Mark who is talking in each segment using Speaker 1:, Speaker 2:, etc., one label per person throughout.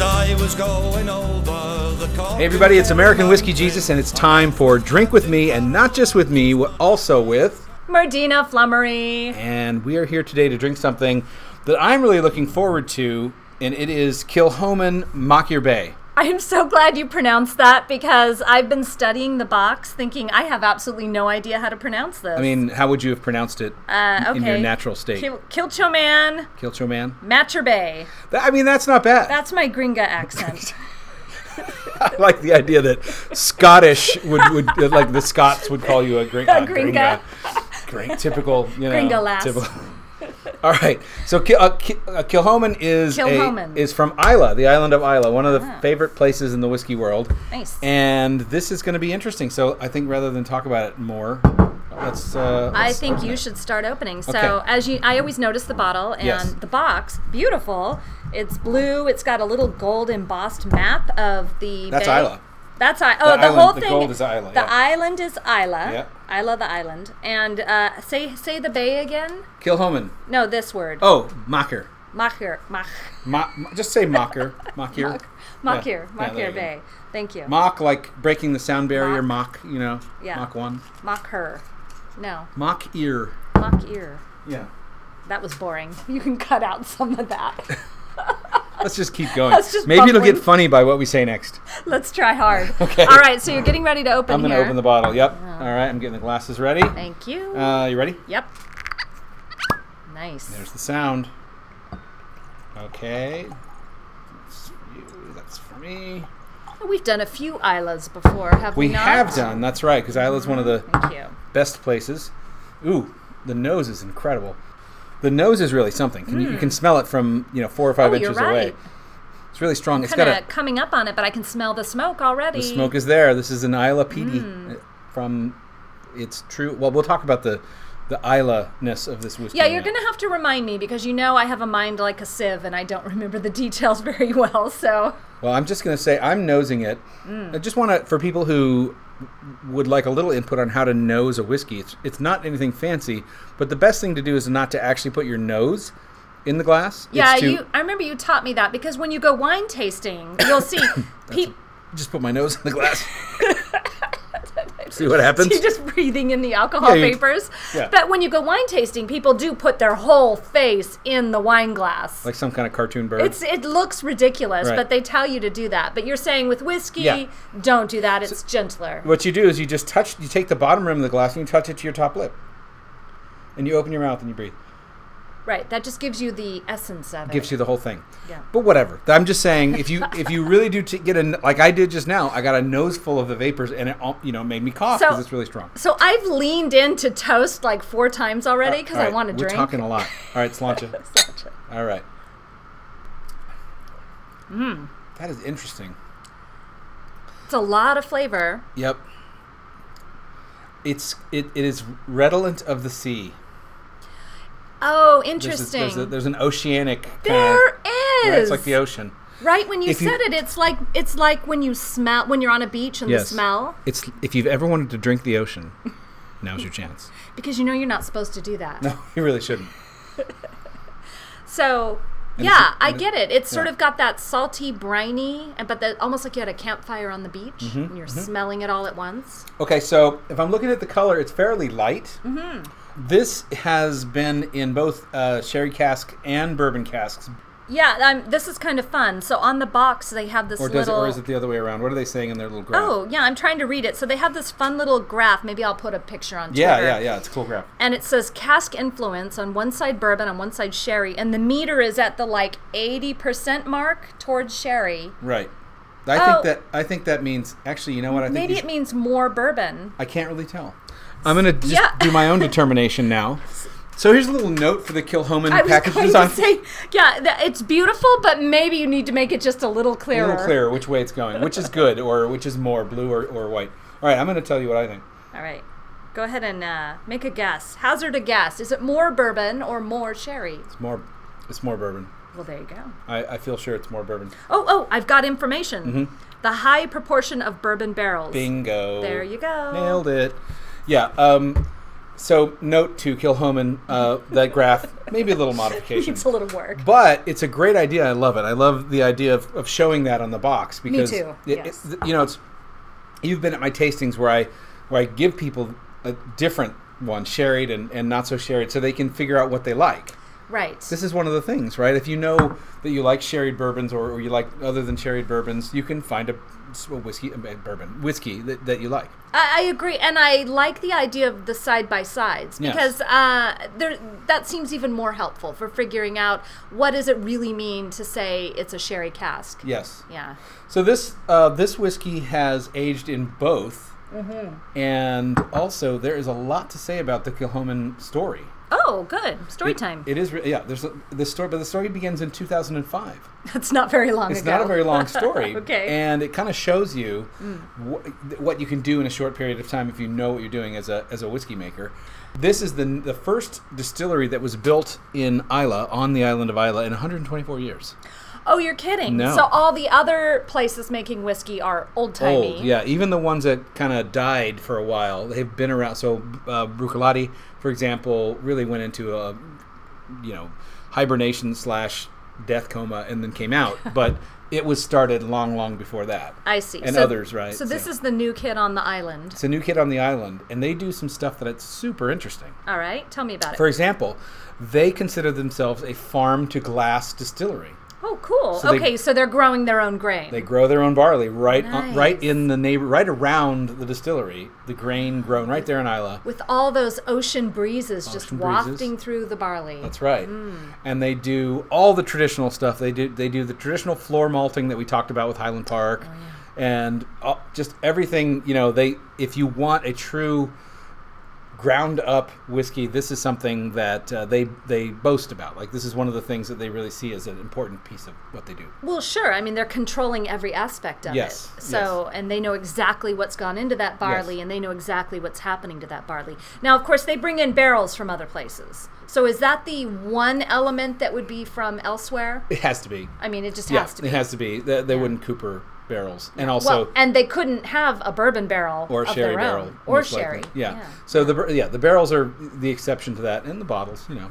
Speaker 1: I was going over the
Speaker 2: Hey, everybody, it's American Whiskey Jesus, and it's time for Drink With Me, and not just with me, w- also with.
Speaker 3: Mardina Flummery.
Speaker 2: And we are here today to drink something that I'm really looking forward to, and it is Kilhoman Makir Bay.
Speaker 3: I'm so glad you pronounced that because I've been studying the box thinking I have absolutely no idea how to pronounce this.
Speaker 2: I mean, how would you have pronounced it
Speaker 3: uh, okay.
Speaker 2: in your natural state?
Speaker 3: Kil- Kilchoman
Speaker 2: Kilchoman?
Speaker 3: Matcherbay.
Speaker 2: Th- I mean, that's not bad.
Speaker 3: That's my gringa accent.
Speaker 2: I like the idea that Scottish would, would uh, like the Scots would call you a gring- uh,
Speaker 3: gringa.
Speaker 2: gringa. Gring- typical, you know.
Speaker 3: Gringa lass.
Speaker 2: typical- All right. So Ki- uh, Ki- uh, Kilhoman is a-
Speaker 3: Kilhoman. Ah.
Speaker 2: is from Isla, the island of Isla, one of the favorite places in the whiskey world.
Speaker 3: Nice.
Speaker 2: And this is going to be interesting. So I think rather than talk about it more, let's. Uh,
Speaker 3: I
Speaker 2: let's-
Speaker 3: think you should start opening. So
Speaker 2: Okay.
Speaker 3: as you, I always notice the bottle and
Speaker 2: Yes.
Speaker 3: the box. Beautiful. It's blue. It's got a little gold embossed map of the.
Speaker 2: That's
Speaker 3: bay.
Speaker 2: Isla.
Speaker 3: That's I. Oh, the,
Speaker 2: island-
Speaker 3: whole
Speaker 2: the
Speaker 3: thing.
Speaker 2: gold is Isla,
Speaker 3: The
Speaker 2: yeah.
Speaker 3: island is Isla.
Speaker 2: Yeah.
Speaker 3: Isla the island. And uh, say say the bay again.
Speaker 2: Kilhoman.
Speaker 3: No, this word.
Speaker 2: Oh, Mocker.
Speaker 3: Machir. Mach.
Speaker 2: Ma- ma- just say Mocker. Mocker.
Speaker 3: Machir.
Speaker 2: Yeah, there you
Speaker 3: Machir
Speaker 2: go.
Speaker 3: bay. Thank you.
Speaker 2: Mock like breaking the sound barrier. Mock, you know.
Speaker 3: Yeah.
Speaker 2: Mock one.
Speaker 3: Machir. No.
Speaker 2: Mock ear.
Speaker 3: Machir.
Speaker 2: Yeah.
Speaker 3: That was boring. You can cut out some of that.
Speaker 2: Let's just keep going.
Speaker 3: That's just
Speaker 2: Maybe it'll get
Speaker 3: bumbling.
Speaker 2: funny by what we say next.
Speaker 3: Let's try hard.
Speaker 2: Okay.
Speaker 3: All right, so you're getting ready to open
Speaker 2: I'm going to
Speaker 3: here.
Speaker 2: open the bottle. Yep. All right. I'm getting the glasses ready.
Speaker 3: Oh. Thank you.
Speaker 2: Uh, you ready?
Speaker 3: yep. Nice.
Speaker 2: There's the sound. Okay. That's for you. That's for me.
Speaker 3: We've done a few Islas before, have we,
Speaker 2: We
Speaker 3: not?
Speaker 2: have done. That's right, because Isla's one of the
Speaker 3: Thank you.
Speaker 2: best places. Ooh, the nose is incredible. The nose is really something. Can you, you can smell it from you know four or five
Speaker 3: Hmm. Oh, you're
Speaker 2: inches away.
Speaker 3: right.
Speaker 2: It's really strong. It's got
Speaker 3: Kind
Speaker 2: a
Speaker 3: of coming up on it, but I can smell the smoke already.
Speaker 2: the smoke is there. This is an Isla PD
Speaker 3: Hmm.
Speaker 2: uh, from. It's true. Well, we'll talk about the the Isla ness of this whiskey.
Speaker 3: Yeah,
Speaker 2: in a
Speaker 3: you're
Speaker 2: minute.
Speaker 3: gonna have to remind me because you know I have a mind like a sieve and I don't remember the details very well. So
Speaker 2: Well, I'm just going to say I'm nosing it.
Speaker 3: Hmm.
Speaker 2: I just want to, for people who would like a little input on how to nose a whiskey, it's, it's not anything fancy, but the best thing to do is not to actually put your nose in the glass.
Speaker 3: yeah,
Speaker 2: it's to
Speaker 3: you. I remember you taught me that because when you go wine tasting, you'll see. peop
Speaker 2: just put my nose in the glass. See what happens?
Speaker 3: You're just breathing in the alcohol
Speaker 2: Yeah, you-
Speaker 3: vapors.
Speaker 2: yeah.
Speaker 3: But when you go wine tasting, people do put their whole face in the wine glass.
Speaker 2: like some kind of cartoon bird.
Speaker 3: it's it looks ridiculous,
Speaker 2: Right.
Speaker 3: but they tell you to do that. But you're saying with whiskey,
Speaker 2: Yeah.
Speaker 3: don't do that. It's gentler.
Speaker 2: what you do is you just touch, you take the bottom rim of the glass and you touch it to your top lip. And you open your mouth and you breathe.
Speaker 3: Right. That just gives you the essence of it.
Speaker 2: gives you the whole thing.
Speaker 3: Yeah.
Speaker 2: But whatever. I'm just saying, if you if you really do t- get a n- like I did just now, I got a nose full of the vapors, and it al- you know made me cough
Speaker 3: So-
Speaker 2: because it's really strong.
Speaker 3: so I've leaned into toast like four times already because
Speaker 2: Uh, All
Speaker 3: I
Speaker 2: right,
Speaker 3: want to
Speaker 2: We're
Speaker 3: drink.
Speaker 2: talking a lot. All right, Slancha. All right. Mm. That is interesting.
Speaker 3: It's a lot of flavor.
Speaker 2: Yep. It's it, it is redolent of the sea.
Speaker 3: Oh,
Speaker 2: There's, this-
Speaker 3: interesting.
Speaker 2: there's, a, there's an oceanic. kind of-
Speaker 3: There
Speaker 2: right,
Speaker 3: is.
Speaker 2: it's like the ocean.
Speaker 3: Right when you
Speaker 2: If you-
Speaker 3: said it, it's like it's like when you smell when you're on a beach and the smell
Speaker 2: It's if you've ever wanted to drink the ocean, now's your chance.
Speaker 3: because you know you're not supposed to do that.
Speaker 2: No, you really shouldn't.
Speaker 3: So
Speaker 2: it's-
Speaker 3: yeah, I
Speaker 2: and it-
Speaker 3: get it. It's sort
Speaker 2: yeah.
Speaker 3: of got that salty, briny, and but the, almost like you had a campfire on the beach
Speaker 2: Mm-hmm,
Speaker 3: and you're smelling it all at once.
Speaker 2: Okay, so if I'm looking at the color, it's fairly light. Mm-hmm. This has been in both uh, sherry cask and bourbon casks,
Speaker 3: Yeah, um, this is kind of fun. So on the box they have this
Speaker 2: or does it,
Speaker 3: little.
Speaker 2: or is it the other way around? What are they saying in their little graph?
Speaker 3: Oh yeah, I'm trying to read it. So they have this fun little graph. Maybe I'll put a picture on
Speaker 2: yeah,
Speaker 3: Twitter.
Speaker 2: yeah, yeah. It's a cool graph.
Speaker 3: and it says cask influence on one side bourbon on one side sherry and the meter is at the like 80% mark towards sherry
Speaker 2: Right. I
Speaker 3: Oh.
Speaker 2: think that I think that means actually. You know what? I think
Speaker 3: maybe
Speaker 2: you
Speaker 3: it
Speaker 2: should-
Speaker 3: means more bourbon
Speaker 2: I can't really tell. I'm gonna just
Speaker 3: Yeah.
Speaker 2: do my own determination now. So here's a little note for the Kilhoman
Speaker 3: i was
Speaker 2: package
Speaker 3: going
Speaker 2: design.
Speaker 3: to say yeah th- it's beautiful but maybe you need to make it just a little
Speaker 2: a
Speaker 3: clearer
Speaker 2: little clearer which way it's going, which is good or which is more blue or, or white. All right, I'm gonna tell you what I think.
Speaker 3: all right go ahead and uh, make a guess hazard a guess is it more bourbon or more sherry
Speaker 2: It's more. It's more bourbon.
Speaker 3: well there you go
Speaker 2: I, I feel sure it's more bourbon.
Speaker 3: oh oh i've got information
Speaker 2: Mm-hmm.
Speaker 3: the high proportion of bourbon barrels
Speaker 2: Bingo.
Speaker 3: there you go
Speaker 2: Nailed it. Yeah. Um, So note to Kilhoman, uh, that graph, maybe a little modification.
Speaker 4: It's a little work.
Speaker 2: But it's a great idea. I love it. I love the idea of, of showing that on the box because
Speaker 4: too,
Speaker 2: it- it-
Speaker 4: yes.
Speaker 2: you know it's you've been at my tastings where I where I give people a different one, sherried and, and not so sherried, so they can figure out what they like.
Speaker 3: Right.
Speaker 2: This is one of the things, right? If you know that you like sherried bourbons or, or you like other than sherried bourbons, you can find a, a whiskey, a bourbon, whiskey that, that you like.
Speaker 3: I, I agree, and I like the idea of the side by sides
Speaker 2: Yes.
Speaker 3: because uh, there that seems even more helpful for figuring out what does it really mean to say it's a sherry cask.
Speaker 2: Yes.
Speaker 3: Yeah.
Speaker 2: So this uh, this whiskey has aged in both,
Speaker 3: Mm-hmm.
Speaker 2: and also there is a lot to say about the Kilhoman story.
Speaker 3: Oh, good story time.
Speaker 2: It is, re- yeah. There's a, the story, but the story begins in 2005.
Speaker 3: That's not very long
Speaker 2: It's
Speaker 3: ago.
Speaker 2: not a very long story.
Speaker 3: Okay.
Speaker 2: And it kind of shows you wh- th- what you can do in a short period of time if you know what you're doing as a as a whiskey maker. This is the the first distillery that was built in Isla on the island of Isla in 124 years.
Speaker 3: Oh, you're kidding.
Speaker 2: No.
Speaker 3: So all the other places making whiskey are old timey.
Speaker 2: old. Yeah, even the ones that kind of died for a while, they've been around. So uh, Bruichladdich, for example, really went into a you know hibernation slash death coma and then came out, but it was started long, long before that.
Speaker 3: I see.
Speaker 2: And
Speaker 3: So-
Speaker 2: others, right?
Speaker 3: So this is the new kid on the island.
Speaker 2: it's a new kid on the island, and they do some stuff that's super interesting.
Speaker 3: All right, tell me about it.
Speaker 2: For example, they consider themselves a farm to glass distillery.
Speaker 3: oh, cool.
Speaker 2: So they-
Speaker 3: okay, so they're growing their own grain.
Speaker 2: They grow their own barley right on, right
Speaker 3: Nice.
Speaker 2: in the neighbor, right around the distillery. The grain grown right there in Isla.
Speaker 3: with all those ocean breezes just
Speaker 2: Ocean breezes.
Speaker 3: wafting through the barley.
Speaker 2: That's right.
Speaker 3: Hmm.
Speaker 2: And they do all the traditional stuff. They do they do the traditional floor malting that we talked about with Highland Park,
Speaker 3: Oh,
Speaker 2: and uh, just everything. You know, they if you want a true ground up whiskey, this is something that uh, they they boast about. Like this is one of the things that they really see as an important piece of what they do.
Speaker 3: Well, sure. I mean, they're controlling every aspect of
Speaker 2: Yes,
Speaker 3: it. So, and they know exactly what's gone into that barley, and they know exactly what's happening to that barley. Now, of course, they bring in barrels from other places. So, is that the one element that would be from elsewhere?
Speaker 2: It has to be.
Speaker 3: I mean, it just
Speaker 2: yeah,
Speaker 3: has to be.
Speaker 2: it has to be. They, they wouldn't Cooper barrels, and also.
Speaker 3: well, and they couldn't have a bourbon barrel
Speaker 2: or
Speaker 3: of
Speaker 2: sherry
Speaker 3: their
Speaker 2: barrel
Speaker 3: own, or
Speaker 2: most likely.
Speaker 3: sherry.
Speaker 2: Yeah. So the bar- yeah the barrels are the exception to that, and the bottles, you know,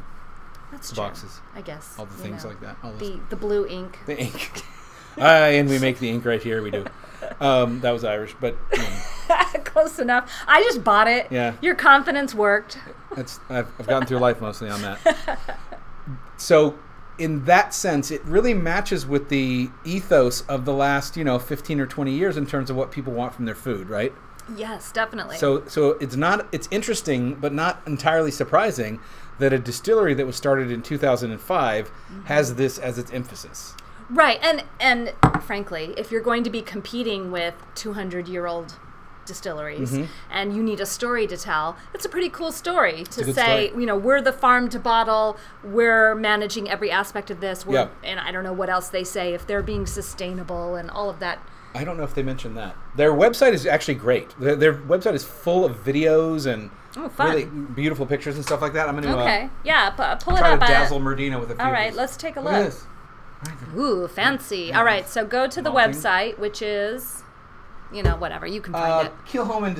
Speaker 3: that's
Speaker 2: the
Speaker 3: true.
Speaker 2: boxes,
Speaker 3: I guess
Speaker 2: all the
Speaker 3: you
Speaker 2: things
Speaker 3: know.
Speaker 2: like that. All the,
Speaker 3: The the blue ink.
Speaker 2: the ink. Aye, and we make the ink right here. We do. Um, that was Irish, but um,
Speaker 3: Close enough. I just bought it.
Speaker 2: Yeah.
Speaker 3: Your confidence worked.
Speaker 2: that's I've, I've gotten through life mostly on that. So, in that sense, it really matches with the ethos of the last you know fifteen or twenty years in terms of what people want from their food, right?
Speaker 3: Yes, definitely.
Speaker 2: So so it's not it's interesting but not entirely surprising that a distillery that was started in 2005 has this as its emphasis.
Speaker 3: Right, and and frankly, if you're going to be competing with 200 year old distilleries
Speaker 2: Mm-hmm.
Speaker 3: and you need a story to tell, it's a pretty cool story to
Speaker 2: good
Speaker 3: say,
Speaker 2: story.
Speaker 3: you know, we're the farm to bottle, we're managing every aspect of this, we're,
Speaker 2: Yeah.
Speaker 3: and I don't know what else they say if they're being sustainable and all of that.
Speaker 2: I don't know if they mentioned that. Their website is actually great. Their, their website is full of videos and
Speaker 3: Oh, fun.
Speaker 2: really beautiful pictures and stuff like that. I'm going to
Speaker 3: Okay, yeah, pu- pull
Speaker 2: uh,
Speaker 3: it
Speaker 2: try to
Speaker 3: up. I-
Speaker 2: dazzle Merdina with a few.
Speaker 3: all right,
Speaker 2: of these.
Speaker 3: let's take a
Speaker 2: look.
Speaker 3: look.
Speaker 2: at this.
Speaker 3: Ooh, fancy. All right, so go to the
Speaker 2: Malting.
Speaker 3: website, which is, you know, whatever you can find
Speaker 2: Uh,
Speaker 3: it.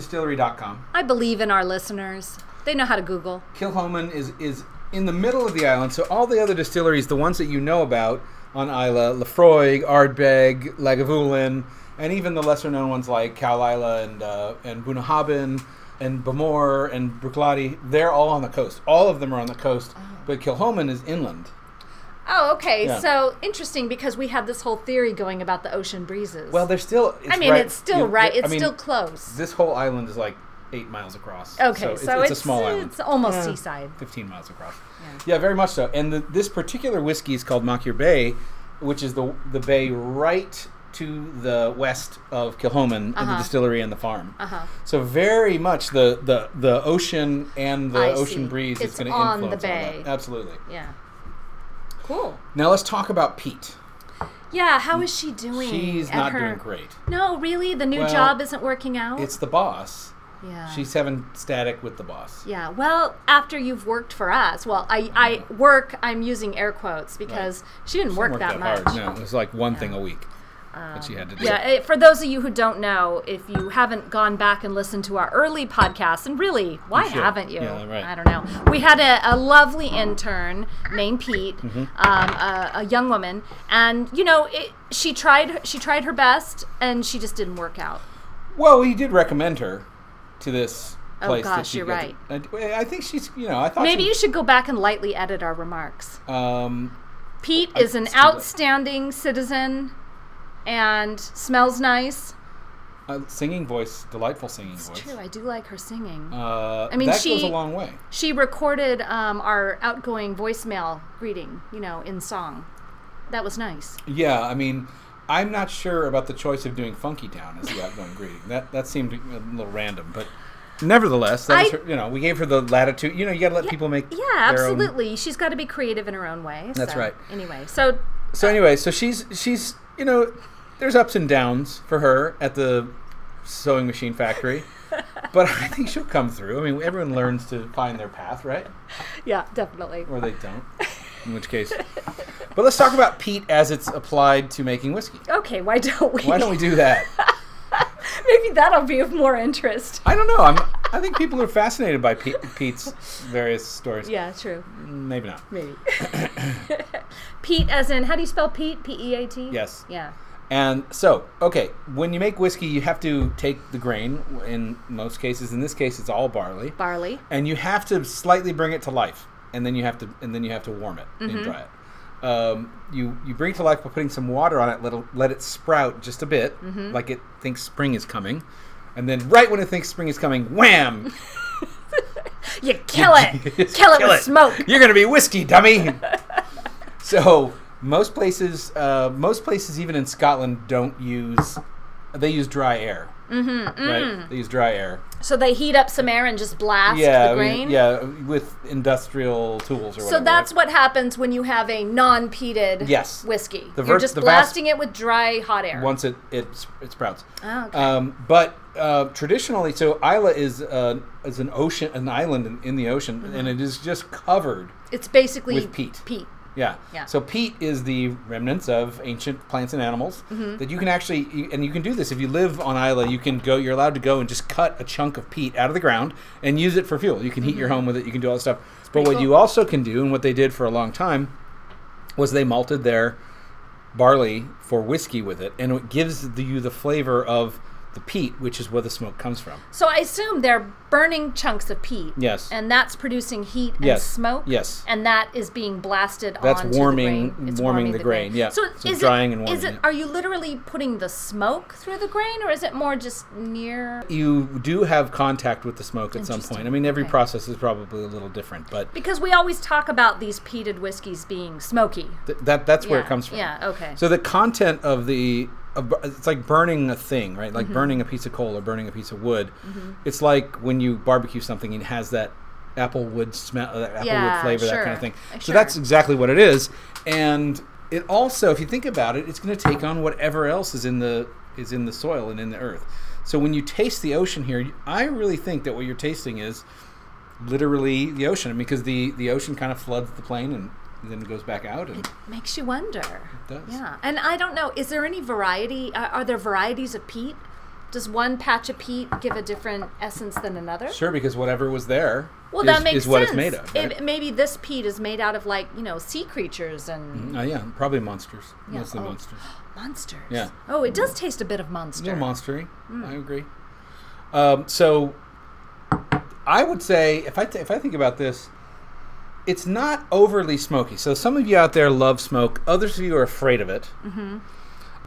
Speaker 2: KilhomanDistillery.com.
Speaker 3: I believe in our listeners. They know how to Google.
Speaker 2: Kilhoman is is in the middle of the island, so all the other distilleries, the ones that you know about on Isla, Lefroy, Ardbeg, Lagavulin, and even the lesser known ones like Cal Isla and uh, and Bunahabin and Bamor and Bruichladdich, they're all on the coast. All of them are on the coast, but Kilhoman is inland.
Speaker 3: Oh, okay.
Speaker 2: Yeah.
Speaker 3: So interesting because we had this whole theory going about the ocean breezes.
Speaker 2: Well, they're still. It's
Speaker 3: I mean,
Speaker 2: right-
Speaker 3: it's still
Speaker 2: you-
Speaker 3: right.
Speaker 2: I
Speaker 3: It's
Speaker 2: mean,
Speaker 3: still close.
Speaker 2: This whole island is like eight miles across.
Speaker 3: Okay, so,
Speaker 2: so, it's, it's a small island.
Speaker 3: It's almost seaside.
Speaker 2: 15 miles across. Yeah, very much so. And the, this particular whiskey is called Makir Bay, which is the the bay right to the west of Kilhoman and the distillery and the farm.
Speaker 3: Uh-huh.
Speaker 2: So very much the, the, the ocean and the
Speaker 3: I
Speaker 2: ocean
Speaker 3: see.
Speaker 2: breeze
Speaker 3: It's
Speaker 2: is going to
Speaker 3: on the
Speaker 2: influence all that.
Speaker 3: bay.
Speaker 2: Absolutely.
Speaker 3: Yeah. Cool.
Speaker 2: Now let's talk about Pete.
Speaker 3: Yeah. How is she doing?
Speaker 2: She's
Speaker 3: at
Speaker 2: not
Speaker 3: her-
Speaker 2: doing great.
Speaker 3: No, really. The new
Speaker 2: Well,
Speaker 3: job isn't working out.
Speaker 2: It's the boss.
Speaker 3: yeah.
Speaker 2: She's having static with the boss.
Speaker 3: Yeah. Well, after you've worked for us, well, I, I work. I'm using air quotes because she didn't work
Speaker 2: Worked
Speaker 3: that, much.
Speaker 2: hard. No, it was like one thing a week. that she had to do.
Speaker 3: Yeah, eh, for those of you who don't know, if you haven't gone back and listened to our early podcasts, and really, why
Speaker 2: should.
Speaker 3: haven't you?
Speaker 2: Yeah, right.
Speaker 3: I don't know. We had a, a lovely intern named Pete,
Speaker 2: Mm-hmm.
Speaker 3: um, a, a young woman, and you know, it, she tried she tried her best, and she just didn't work out.
Speaker 2: Well, he did recommend her to this
Speaker 3: Oh,
Speaker 2: place. that
Speaker 3: gosh,
Speaker 2: she
Speaker 3: you're
Speaker 2: got to- I- I think she's, you know, I thought
Speaker 3: Maybe
Speaker 2: she-
Speaker 3: you should go back and lightly edit our remarks.
Speaker 2: Um,
Speaker 3: Pete is an
Speaker 2: let's do that.
Speaker 3: outstanding citizen, and smells nice.
Speaker 2: a singing voice, delightful singing voice.
Speaker 3: True, I do like her singing.
Speaker 2: Uh,
Speaker 3: I mean,
Speaker 2: that goes
Speaker 3: she-
Speaker 2: a long way.
Speaker 3: She recorded um, our outgoing voicemail greeting, you know, in song. That was nice.
Speaker 2: Yeah, I mean, I'm not sure about the choice of doing Funky Town as the outgoing greeting. That that seemed a little random, but nevertheless, that was
Speaker 3: I-
Speaker 2: her, you know, we gave her the latitude. You know, you got to let people make.
Speaker 3: Yeah,
Speaker 2: their own-
Speaker 3: absolutely. She's got to be creative in her own way.
Speaker 2: That's
Speaker 3: so,
Speaker 2: right.
Speaker 3: Anyway, so
Speaker 2: So anyway, so she's she's you know, there's ups and downs for her at the sewing machine factory, but I think she'll come through. I mean, everyone learns to find their path, right?
Speaker 3: yeah, definitely.
Speaker 2: Or they don't, in which case. But let's talk about Pete as it's applied to making whiskey.
Speaker 3: Okay, why don't we?
Speaker 2: Why don't we do that?
Speaker 3: Maybe that'll be of more interest.
Speaker 2: I don't know. I'm. I think people are fascinated by Pete, Pete's various stories.
Speaker 3: Yeah, true.
Speaker 2: Maybe not.
Speaker 3: Maybe. Pete, as in, how do you spell Pete? P E A T?
Speaker 2: Yes.
Speaker 3: Yeah.
Speaker 2: And so, okay, when you make whiskey, you have to take the grain. In most cases, in this case, it's all barley.
Speaker 3: Barley.
Speaker 2: and you have to slightly bring it to life, and then you have to and then you have to warm it
Speaker 3: Mm-hmm.
Speaker 2: and dry it. Um, you you bring it to life by putting some water on it, let it, let it sprout just a bit,
Speaker 3: Mm-hmm.
Speaker 2: like it thinks spring is coming, and then right when it thinks spring is coming, wham!
Speaker 3: You kill it. kill it with smoke.
Speaker 2: You're gonna be whiskey dummy. so most places, uh, most places, even in Scotland, don't use they use dry air. Mm-hmm, Right? They use dry air.
Speaker 3: So they heat up some air and just blast
Speaker 2: yeah,
Speaker 3: mm. the
Speaker 2: I mean,
Speaker 3: grain?
Speaker 2: yeah, with industrial tools or whatever.
Speaker 3: So that's
Speaker 2: right?
Speaker 3: what happens when you have a non-peated
Speaker 2: Yes.
Speaker 3: whiskey.
Speaker 2: The
Speaker 3: You're
Speaker 2: vers-
Speaker 3: just
Speaker 2: the vast-
Speaker 3: blasting it with dry hot air.
Speaker 2: once it it, s- it sprouts.
Speaker 3: Ah, okay.
Speaker 2: Um, but uh, traditionally, so Isla is uh, is an ocean, an island in, in the ocean, and it is just covered.
Speaker 3: it's basically
Speaker 2: with peat.
Speaker 3: Peat.
Speaker 2: Yeah.
Speaker 3: Yeah.
Speaker 2: So peat is the remnants of ancient plants and animals
Speaker 3: Mm-hmm.
Speaker 2: that you can actually, you- and you can do this if you live on Isla. You can go. You're allowed to go and just cut a chunk of peat out of the ground and use it for fuel. You can heat your home with it. You can do all that stuff. But what
Speaker 3: Mm-hmm. cool.
Speaker 2: you also can do, and what they did for a long time, was they malted their barley for whiskey with it, and it gives the, you the flavor of the peat, which is where the smoke comes from.
Speaker 3: So I assume they're burning chunks of peat.
Speaker 2: Yes.
Speaker 3: And that's producing heat and
Speaker 2: Yes.
Speaker 3: smoke.
Speaker 2: Yes.
Speaker 3: And that is being blasted
Speaker 2: That's
Speaker 3: onto
Speaker 2: warming-
Speaker 3: the grain. It's
Speaker 2: warming the grain, yeah.
Speaker 3: So,
Speaker 2: So
Speaker 3: is
Speaker 2: drying
Speaker 3: it,
Speaker 2: and
Speaker 3: Is
Speaker 2: warming
Speaker 3: it,
Speaker 2: it.
Speaker 3: Are you literally putting the smoke through the grain, or is it more just near?
Speaker 2: You do have contact with the smoke at some
Speaker 3: Interesting.
Speaker 2: point. I mean, every
Speaker 3: Okay.
Speaker 2: process is probably a little different, but.
Speaker 3: Because we always talk about these peated whiskeys being smoky.
Speaker 2: Th- that that's where
Speaker 3: Yeah,
Speaker 2: it comes from.
Speaker 3: yeah, okay.
Speaker 2: So the content of the of, bu- it's like burning a thing, right?
Speaker 3: Mm-hmm.
Speaker 2: Like burning a piece of coal or burning a piece of wood. It's like when you barbecue something and it has that apple wood smell, uh, that apple
Speaker 3: Yeah,
Speaker 2: wood flavor, that kind
Speaker 3: sure,
Speaker 2: of thing.
Speaker 3: uh,
Speaker 2: So that's
Speaker 3: sure.
Speaker 2: exactly what it is. And it also, if you think about it, it's going to take on whatever else is in the is in the soil and in the earth. So when you taste the ocean here, you- I really think that what you're tasting is literally the ocean because the the ocean kind of floods the plain and then it goes back out and
Speaker 3: Makes you wonder.
Speaker 2: does.
Speaker 3: Yeah, and I don't know. Is there any variety? uh, Are, are there varieties of peat? Does one patch of peat give a different essence than another?
Speaker 2: Sure, because whatever was there
Speaker 3: Well,
Speaker 2: is-
Speaker 3: that makes
Speaker 2: is what
Speaker 3: sense.
Speaker 2: it's made of.
Speaker 3: It-
Speaker 2: right?
Speaker 3: maybe this peat is made out of like you know sea creatures and
Speaker 2: Uh, yeah, probably monsters.
Speaker 3: Yeah,
Speaker 2: Mostly
Speaker 3: oh.
Speaker 2: monsters.
Speaker 3: monsters.
Speaker 2: Mm-hmm. Yeah.
Speaker 3: Oh, it does taste a bit of monster.
Speaker 2: A little monstery. I agree. Um, so, I would say if I th- if I think about this, it's not overly smoky. So some of you out there love smoke. Others of you are afraid of it. Uh,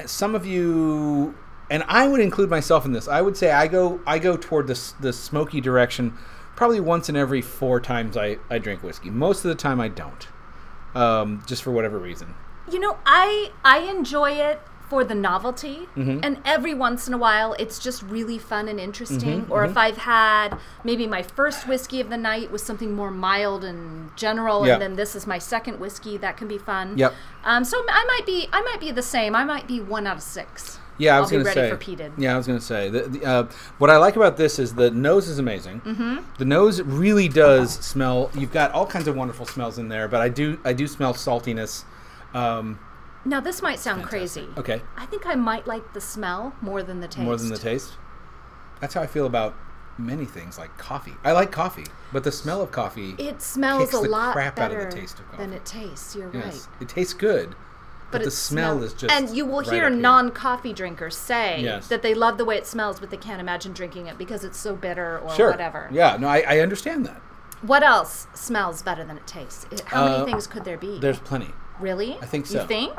Speaker 2: Some of you, and I would include myself in this. I would say I go I go toward this the smoky direction. Probably once in every four times I, I drink whiskey. Most of the time I don't, um, just for whatever reason.
Speaker 3: You know, I I enjoy it for the novelty,
Speaker 2: Mm-hmm.
Speaker 3: and every once in a while, it's just really fun and interesting.
Speaker 2: Mm-hmm,
Speaker 3: or if I've had maybe my first whiskey of the night was something more mild and general,
Speaker 2: Yeah.
Speaker 3: and then this is my second whiskey, that can be fun.
Speaker 2: Yep.
Speaker 3: Um, so I might be I might be the same. I might be one out of six.
Speaker 2: Yeah, I was
Speaker 3: I'll
Speaker 2: gonna
Speaker 3: be ready
Speaker 2: say.
Speaker 3: for peated.
Speaker 2: Yeah, I was gonna say. The, the, uh, what I like about this is the nose is amazing. Mm-hmm. The nose really does smell. You've got all kinds of wonderful smells in there, but I do I do smell saltiness. Um,
Speaker 3: Now this might sound crazy.
Speaker 2: Okay.
Speaker 3: I think I might like the smell more than the taste.
Speaker 2: More than the taste. That's how I feel about many things like coffee. I like coffee, but the smell of coffee
Speaker 3: It smells
Speaker 2: kicks
Speaker 3: a
Speaker 2: the
Speaker 3: lot
Speaker 2: crap out of
Speaker 3: better
Speaker 2: the taste of coffee.
Speaker 3: than it tastes. You're
Speaker 2: Yes,
Speaker 3: right.
Speaker 2: it tastes good, but,
Speaker 3: it
Speaker 2: the smell
Speaker 3: smell-
Speaker 2: is just.
Speaker 3: And you will
Speaker 2: right
Speaker 3: hear
Speaker 2: up here.
Speaker 3: non-coffee drinkers say
Speaker 2: Yes.
Speaker 3: that they love the way it smells, but they can't imagine drinking it because it's so bitter or
Speaker 2: Sure.
Speaker 3: whatever.
Speaker 2: Yeah. No, I, I understand that.
Speaker 3: What else smells better than it tastes? It- How
Speaker 2: Uh,
Speaker 3: many things could there be?
Speaker 2: There's plenty.
Speaker 3: really? I
Speaker 2: think so.
Speaker 3: You think?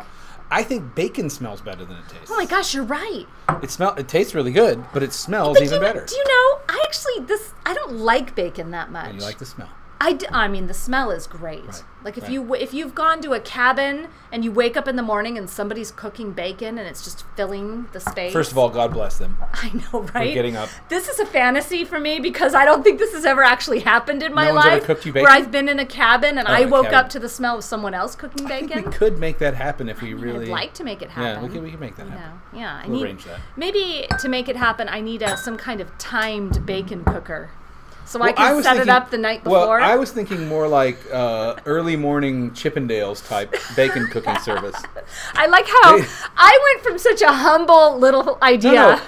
Speaker 2: I think bacon smells better than it tastes.
Speaker 3: Oh my gosh, you're right.
Speaker 2: It smell. It tastes really good, but it smells
Speaker 3: But
Speaker 2: even
Speaker 3: you-
Speaker 2: better.
Speaker 3: Do you know? I actually this I don't like bacon that much.
Speaker 2: And you like the smell.
Speaker 3: I, d- I mean the smell is great. Like if
Speaker 2: right.
Speaker 3: you w- if you've gone to a cabin and you wake up in the morning and somebody's cooking bacon and it's just filling the space.
Speaker 2: First of all, God bless them.
Speaker 3: I know, right?
Speaker 2: getting up.
Speaker 3: This is a fantasy for me because I don't think this has ever actually happened in my
Speaker 2: one's ever
Speaker 3: life.
Speaker 2: cooked you
Speaker 3: Where
Speaker 2: bacon? Oh,
Speaker 3: I've been in a cabin and I
Speaker 2: in a
Speaker 3: woke
Speaker 2: cabin.
Speaker 3: up to the smell of someone else cooking
Speaker 2: I think we
Speaker 3: bacon.
Speaker 2: could make that happen if we really.
Speaker 3: I'd like to make it
Speaker 2: Yeah,
Speaker 3: happen.
Speaker 2: we can we can make that
Speaker 3: You
Speaker 2: happen.
Speaker 3: know, yeah. I
Speaker 2: We'll
Speaker 3: need,
Speaker 2: arrange that.
Speaker 3: Maybe to make it happen, I need a, some kind of timed bacon cooker, so I
Speaker 2: Well,
Speaker 3: can
Speaker 2: was
Speaker 3: set
Speaker 2: thinking-
Speaker 3: it up the night
Speaker 2: well,
Speaker 3: before.
Speaker 2: I was thinking more like uh, early morning Chippendales type bacon cooking service.
Speaker 3: I like how
Speaker 2: Hey.
Speaker 3: I went from such a humble little idea
Speaker 2: No,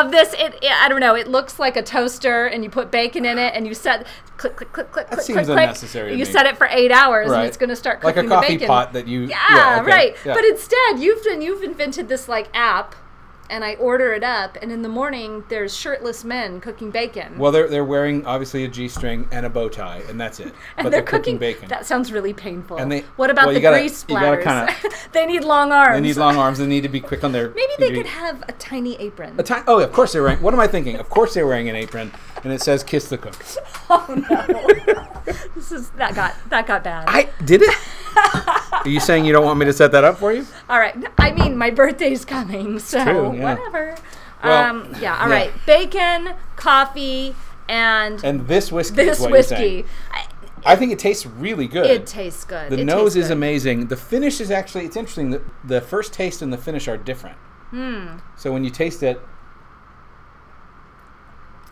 Speaker 3: of this. It, it- I don't know. It looks like a toaster, and you put bacon in it, and you set click click click click click
Speaker 2: seems
Speaker 3: click click.
Speaker 2: unnecessary to
Speaker 3: you
Speaker 2: me.
Speaker 3: set it for eight hours,
Speaker 2: Right.
Speaker 3: and it's going to start
Speaker 2: Like a
Speaker 3: cooking the
Speaker 2: coffee
Speaker 3: bacon.
Speaker 2: pot that you.
Speaker 3: Yeah,
Speaker 2: okay,
Speaker 3: right.
Speaker 2: yeah.
Speaker 3: But instead, you've done you've invented this like app, and I order it up, and in the morning there's shirtless men cooking bacon.
Speaker 2: Well, they're they're wearing obviously a g-string and a bow tie, and that's it.
Speaker 3: and
Speaker 2: but
Speaker 3: they're,
Speaker 2: cooking, bacon.
Speaker 3: That sounds really painful.
Speaker 2: And they-
Speaker 3: what about
Speaker 2: well,
Speaker 3: the
Speaker 2: you gotta-
Speaker 3: grease
Speaker 2: you gotta
Speaker 3: splatters?
Speaker 2: kinda-
Speaker 3: they need long arms.
Speaker 2: they need long arms. They need to be quick on their.
Speaker 3: Maybe they
Speaker 2: ingre-
Speaker 3: could have a tiny apron.
Speaker 2: A ti- oh, of course they're wearing. What am I thinking? Of course they're wearing an apron, and it says "Kiss the Cook."
Speaker 3: This is that got that got bad.
Speaker 2: I did it. Are you saying you don't want me to set that up for you?
Speaker 3: all right. I mean, my birthday's coming, so
Speaker 2: true, yeah.
Speaker 3: whatever.
Speaker 2: Well,
Speaker 3: um, yeah.
Speaker 2: yeah.
Speaker 3: All right. Bacon, coffee, and,
Speaker 2: And this whiskey. is
Speaker 3: this
Speaker 2: what You're
Speaker 3: whiskey.
Speaker 2: saying.
Speaker 3: I,
Speaker 2: I think it tastes really good.
Speaker 3: it tastes good.
Speaker 2: the
Speaker 3: It
Speaker 2: nose
Speaker 3: tastes
Speaker 2: is
Speaker 3: good.
Speaker 2: amazing. The finish is actually. It's interesting. The, the first taste and the finish are different.
Speaker 3: Hmm.
Speaker 2: So when you taste it.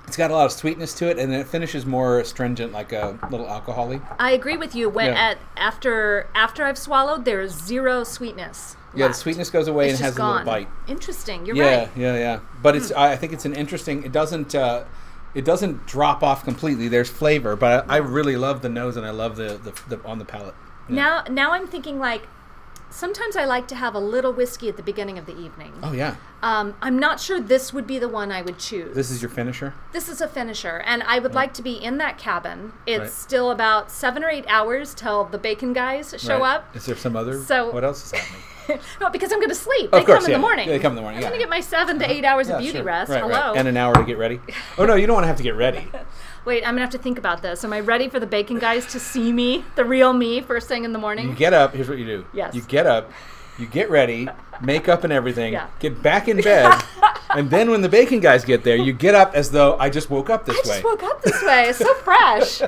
Speaker 2: It's got a lot of sweetness to it, and then it finishes more astringent, like a little alcoholic.
Speaker 3: I agree with you. When
Speaker 2: Yeah.
Speaker 3: at after after I've swallowed, there is zero sweetness.
Speaker 2: Yeah, the
Speaker 3: left.
Speaker 2: sweetness goes away
Speaker 3: It's
Speaker 2: and has
Speaker 3: just
Speaker 2: a little
Speaker 3: gone.
Speaker 2: bite.
Speaker 3: Interesting. You're
Speaker 2: Yeah,
Speaker 3: right.
Speaker 2: yeah, yeah. But it's I, I think it's an interesting. It doesn't uh, it doesn't drop off completely. There's flavor, but I, I really love the nose and I love the, the, the on the palate. Yeah.
Speaker 3: Now now I'm thinking like sometimes I like to have a little whiskey at the beginning of the evening.
Speaker 2: Oh yeah,
Speaker 3: Um, I'm not sure this would be the one I would choose.
Speaker 2: this is your finisher.
Speaker 3: This is a finisher, and I would like to be in that cabin. It's
Speaker 2: Right.
Speaker 3: still about seven or eight hours till the bacon guys show
Speaker 2: Right.
Speaker 3: up.
Speaker 2: Is there some other?
Speaker 3: So-
Speaker 2: what else is happening?
Speaker 3: no, because I'm going to sleep.
Speaker 2: Of
Speaker 3: they
Speaker 2: course,
Speaker 3: come in
Speaker 2: yeah.
Speaker 3: the morning.
Speaker 2: They come in the morning,
Speaker 3: I'm
Speaker 2: yeah. Uh-huh.
Speaker 3: going to get my seven to eight hours
Speaker 2: Yeah,
Speaker 3: of beauty
Speaker 2: sure.
Speaker 3: rest.
Speaker 2: Right, right.
Speaker 3: Hello.
Speaker 2: And an hour to get ready. Oh no, you don't want to have to get ready.
Speaker 3: Wait, I'm going to have to think about this. Am I ready for the bacon guys to see me, the real me, first thing in the
Speaker 2: You
Speaker 3: morning?
Speaker 2: get up. Here's what you do.
Speaker 3: Yes.
Speaker 2: You get up. You get ready, makeup and everything.
Speaker 3: Yeah.
Speaker 2: Get back in bed, and then when the bacon guys get there, you get up as though I just woke up this
Speaker 3: I
Speaker 2: way.
Speaker 3: just woke up this way. It's so fresh.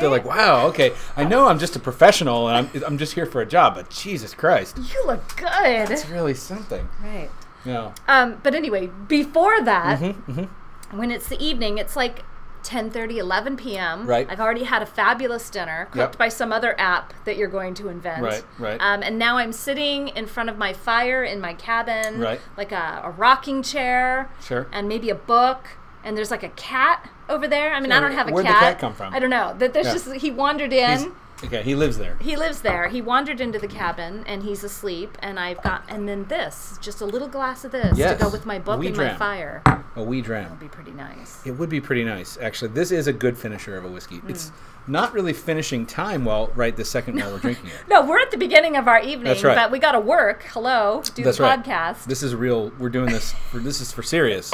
Speaker 2: They're like, wow, okay. I know I'm just a professional and I'm, I'm just here for a job, but Jesus Christ,
Speaker 3: you look good.
Speaker 2: it's really something.
Speaker 3: right.
Speaker 2: No,
Speaker 3: Um, but anyway, before that,
Speaker 2: Mm-hmm,
Speaker 3: when it's the evening, it's like 10 11 p.m.
Speaker 2: Right.
Speaker 3: I've already had a fabulous dinner cooked
Speaker 2: Yep.
Speaker 3: by some other app that you're going to invent.
Speaker 2: Right, right.
Speaker 3: Um, and now I'm sitting in front of my fire in my cabin,
Speaker 2: Right.
Speaker 3: like a, a rocking chair,
Speaker 2: Sure.
Speaker 3: and maybe a book. And there's like a cat over there. I mean, I
Speaker 2: Yeah,
Speaker 3: don't have a
Speaker 2: where'd the
Speaker 3: cat.
Speaker 2: cat come from?
Speaker 3: I don't know. That there's
Speaker 2: Yeah.
Speaker 3: just he wandered in
Speaker 2: he's, okay, he lives there.
Speaker 3: he lives there. He wandered into the cabin and he's asleep. And I've got and then this, just a little glass of this
Speaker 2: Yes.
Speaker 3: to go with my book
Speaker 2: We
Speaker 3: and
Speaker 2: dram.
Speaker 3: my fire.
Speaker 2: A wee
Speaker 3: That'd
Speaker 2: dram.
Speaker 3: be pretty nice.
Speaker 2: It would be pretty nice, actually. This is a good finisher of a whiskey.
Speaker 3: Hmm.
Speaker 2: It's not really finishing time while right this second while we're drinking it.
Speaker 3: No, we're at the beginning of our evening,
Speaker 2: That's right.
Speaker 3: but we got to work. Hello, do
Speaker 2: That's
Speaker 3: the
Speaker 2: right.
Speaker 3: podcast.
Speaker 2: This is real. We're doing this. For, this is for serious.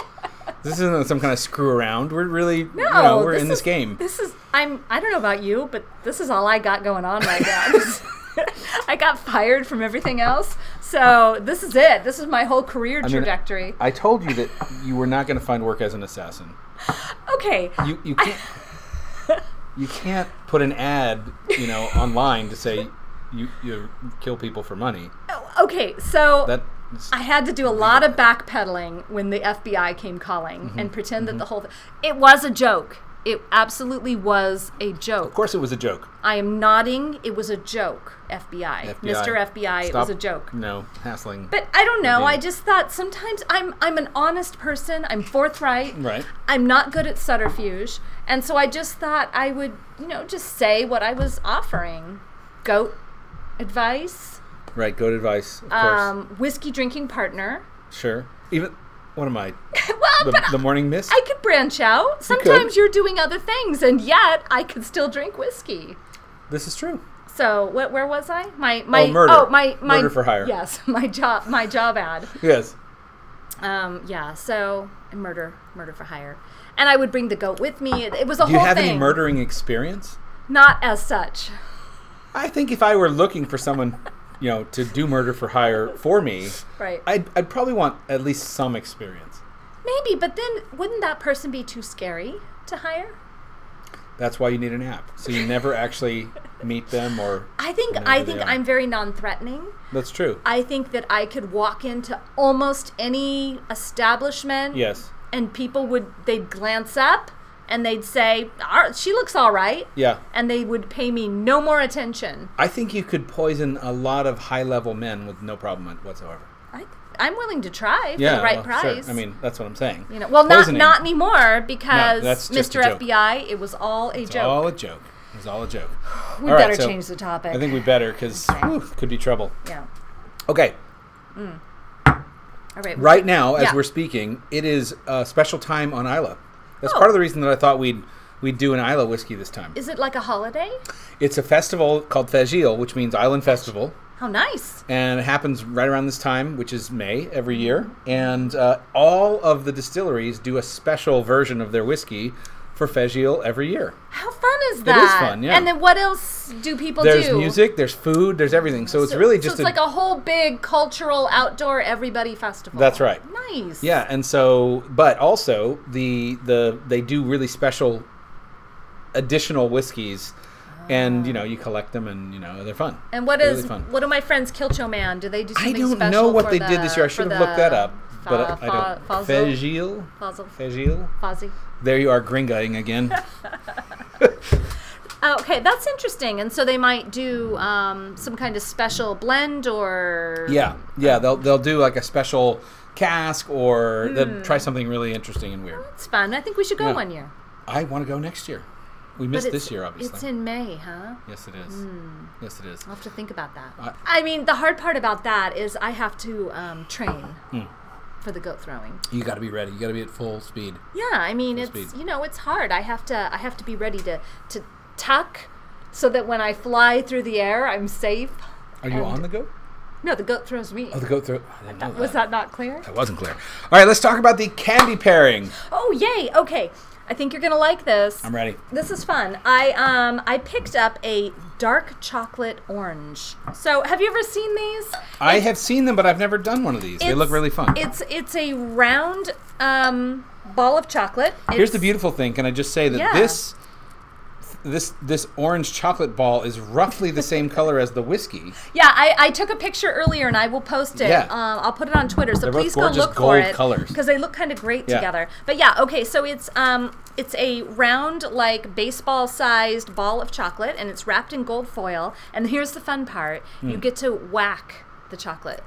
Speaker 2: This isn't some kind of screw around. We're really, you know, we're in this
Speaker 3: is-
Speaker 2: game.
Speaker 3: This is I'm I don't know about you, but this is all I got going on right now. This- I got fired from everything else, so this is it. This is my whole career
Speaker 2: mean,
Speaker 3: trajectory.
Speaker 2: I told you that you were not going to find work as an assassin.
Speaker 3: okay,
Speaker 2: You you can't you can't put an ad, you know, online to say you you kill people for money.
Speaker 3: okay, so
Speaker 2: That
Speaker 3: I had to do a lot
Speaker 2: Mm-hmm.
Speaker 3: of backpedaling when the FBI came calling and pretend that the whole th- it was a joke. It absolutely was a joke.
Speaker 2: Of course, it was a joke.
Speaker 3: I am nodding. It was a joke, FBI.
Speaker 2: FBI.
Speaker 3: Mr. FBI,
Speaker 2: Stop.
Speaker 3: it was a joke.
Speaker 2: No, hassling.
Speaker 3: But I don't know.
Speaker 2: Mhm.
Speaker 3: I just thought sometimes I'm I'm an honest person. I'm forthright.
Speaker 2: Right.
Speaker 3: I'm not good at subterfuge, and so I just thought I would, you know, just say what I was offering. Goat advice.
Speaker 2: right, good advice. Of course,
Speaker 3: Um, whiskey drinking partner.
Speaker 2: sure. Even what am I?
Speaker 3: well,
Speaker 2: The,
Speaker 3: but
Speaker 2: the morning mist.
Speaker 3: I could branch out.
Speaker 2: You could.
Speaker 3: Sometimes you're doing other things, and yet I could still drink whiskey.
Speaker 2: this is true.
Speaker 3: So what, where was I? My my
Speaker 2: Oh,
Speaker 3: oh,
Speaker 2: murder.
Speaker 3: my my
Speaker 2: Murder for hire.
Speaker 3: Yes, my job my job ad.
Speaker 2: Yes.
Speaker 3: Um, yeah. So and murder murder for hire, and I would bring the goat with me. It, it was a
Speaker 2: Do you
Speaker 3: whole
Speaker 2: have
Speaker 3: thing.
Speaker 2: any murdering experience?
Speaker 3: Not as such.
Speaker 2: I think if I were looking for someone, you know, to do murder for hire for me,
Speaker 3: Right.
Speaker 2: I'd, I'd probably want at least some experience.
Speaker 3: Maybe, but then wouldn't that person be too scary to hire?
Speaker 2: That's why you need an app. So you never actually meet them or.
Speaker 3: I think
Speaker 2: Or maybe
Speaker 3: I
Speaker 2: they
Speaker 3: think
Speaker 2: are.
Speaker 3: I'm very non-threatening.
Speaker 2: That's true.
Speaker 3: I think that I could walk into almost any establishment.
Speaker 2: Yes.
Speaker 3: and people would they'd glance up and they'd say "Ah, she looks all right
Speaker 2: Yeah.
Speaker 3: and they would pay me no more attention
Speaker 2: I think you could poison a lot of high level men with no problem whatsoever.
Speaker 3: I, i'm willing to try for
Speaker 2: Yeah.
Speaker 3: the right
Speaker 2: well, sure.
Speaker 3: price
Speaker 2: I mean, that's what I'm saying.
Speaker 3: you know well not,
Speaker 2: Poisoning.
Speaker 3: not anymore because
Speaker 2: that's just a
Speaker 3: mr
Speaker 2: joke.
Speaker 3: fbi it was all a
Speaker 2: It's
Speaker 3: joke
Speaker 2: all a joke. It was all a joke.
Speaker 3: we
Speaker 2: all right,
Speaker 3: better
Speaker 2: so
Speaker 3: change the topic
Speaker 2: I think we better because
Speaker 3: Okay.
Speaker 2: could be trouble.
Speaker 3: yeah
Speaker 2: Okay.
Speaker 3: all right
Speaker 2: Right now, as
Speaker 3: Yeah.
Speaker 2: we're speaking, it is a special time on Isla. That's
Speaker 3: Oh.
Speaker 2: part of the reason that I thought we'd we'd do an Isla whiskey this time.
Speaker 3: is it like a holiday
Speaker 2: It's a festival called Fejil, which means Island Festival,
Speaker 3: how nice
Speaker 2: and it happens right around this time, which is May every year. And uh, all of the distilleries do a special version of their whiskey for Fejil every year.
Speaker 3: how fun is that
Speaker 2: fun, yeah.
Speaker 3: and then what else do people
Speaker 2: There's
Speaker 3: do
Speaker 2: music, there's food, there's everything. So, it's
Speaker 3: So-
Speaker 2: really
Speaker 3: so
Speaker 2: just
Speaker 3: it's like a whole big cultural outdoor everybody festival
Speaker 2: That's right.
Speaker 3: nice
Speaker 2: Yeah, and so, but also the the they do really special additional whiskeys, and you know you collect them, and you know they're fun.
Speaker 3: And what
Speaker 2: They're
Speaker 3: is
Speaker 2: really fun.
Speaker 3: what do my friends Kilcho Man? Do they do
Speaker 2: I
Speaker 3: something
Speaker 2: don't
Speaker 3: special
Speaker 2: know what
Speaker 3: for
Speaker 2: they
Speaker 3: the,
Speaker 2: did this year. I
Speaker 3: for
Speaker 2: should
Speaker 3: the
Speaker 2: have looked that up, but
Speaker 3: fa-
Speaker 2: I I
Speaker 3: fa-
Speaker 2: don't.
Speaker 3: Fozzo-
Speaker 2: Fejil,
Speaker 3: Fozzo-
Speaker 2: Fejil.
Speaker 3: Fozzie.
Speaker 2: There you are, gringaing again.
Speaker 3: Oh, okay, that's interesting. And so they might do um, some kind of special blend or
Speaker 2: yeah, yeah. They'll they'll do like a special cask, or
Speaker 3: Hmm.
Speaker 2: they'll try something really interesting and weird.
Speaker 3: It's fun. I think we should go
Speaker 2: Yeah.
Speaker 3: one year.
Speaker 2: I want to go next year. We
Speaker 3: But
Speaker 2: missed
Speaker 3: it's-
Speaker 2: this year,
Speaker 3: It's
Speaker 2: obviously.
Speaker 3: in May, huh?
Speaker 2: yes, it is. Yes, it is.
Speaker 3: I'll have to think about that.
Speaker 2: I-
Speaker 3: I, mean, the hard part about that is I have to um, train
Speaker 2: Hmm.
Speaker 3: for the goat throwing.
Speaker 2: You got to be ready. You got to be at full speed.
Speaker 3: Yeah, I mean, it's
Speaker 2: speed.
Speaker 3: you know, it's hard. I have to I have to be ready to to tuck so that when I fly through the air, I'm safe.
Speaker 2: Are you
Speaker 3: And-
Speaker 2: on the goat?
Speaker 3: No, the goat throws me. Uh,
Speaker 2: Oh, the goat Oh. throat. I didn't know
Speaker 3: Was that not clear?
Speaker 2: That wasn't clear. All right, let's talk about the candy pairing.
Speaker 3: Oh, yay. Okay. I think you're going to like this.
Speaker 2: I'm ready.
Speaker 3: This is fun. I um I picked up a dark chocolate orange. So, have you ever seen these?
Speaker 2: I have seen them, but I've never done one of these. They look
Speaker 3: It's-
Speaker 2: really fun.
Speaker 3: It's it's a round um ball of chocolate.
Speaker 2: Here's the
Speaker 3: It's-
Speaker 2: beautiful thing. Can I just say that
Speaker 3: Yeah.
Speaker 2: this this this orange chocolate ball is roughly the same color as the whiskey.
Speaker 3: Yeah, I, I took a picture earlier and I will post it.
Speaker 2: Yeah.
Speaker 3: Um, I'll put it on Twitter. So
Speaker 2: They're both
Speaker 3: please go
Speaker 2: gorgeous
Speaker 3: look for
Speaker 2: gold
Speaker 3: it
Speaker 2: colors.
Speaker 3: because they look kind of great
Speaker 2: Yeah.
Speaker 3: together. But yeah, okay. So it's um it's a round like baseball sized ball of chocolate and it's wrapped in gold foil. And here's the fun part:
Speaker 2: Hmm.
Speaker 3: you get to whack the chocolate.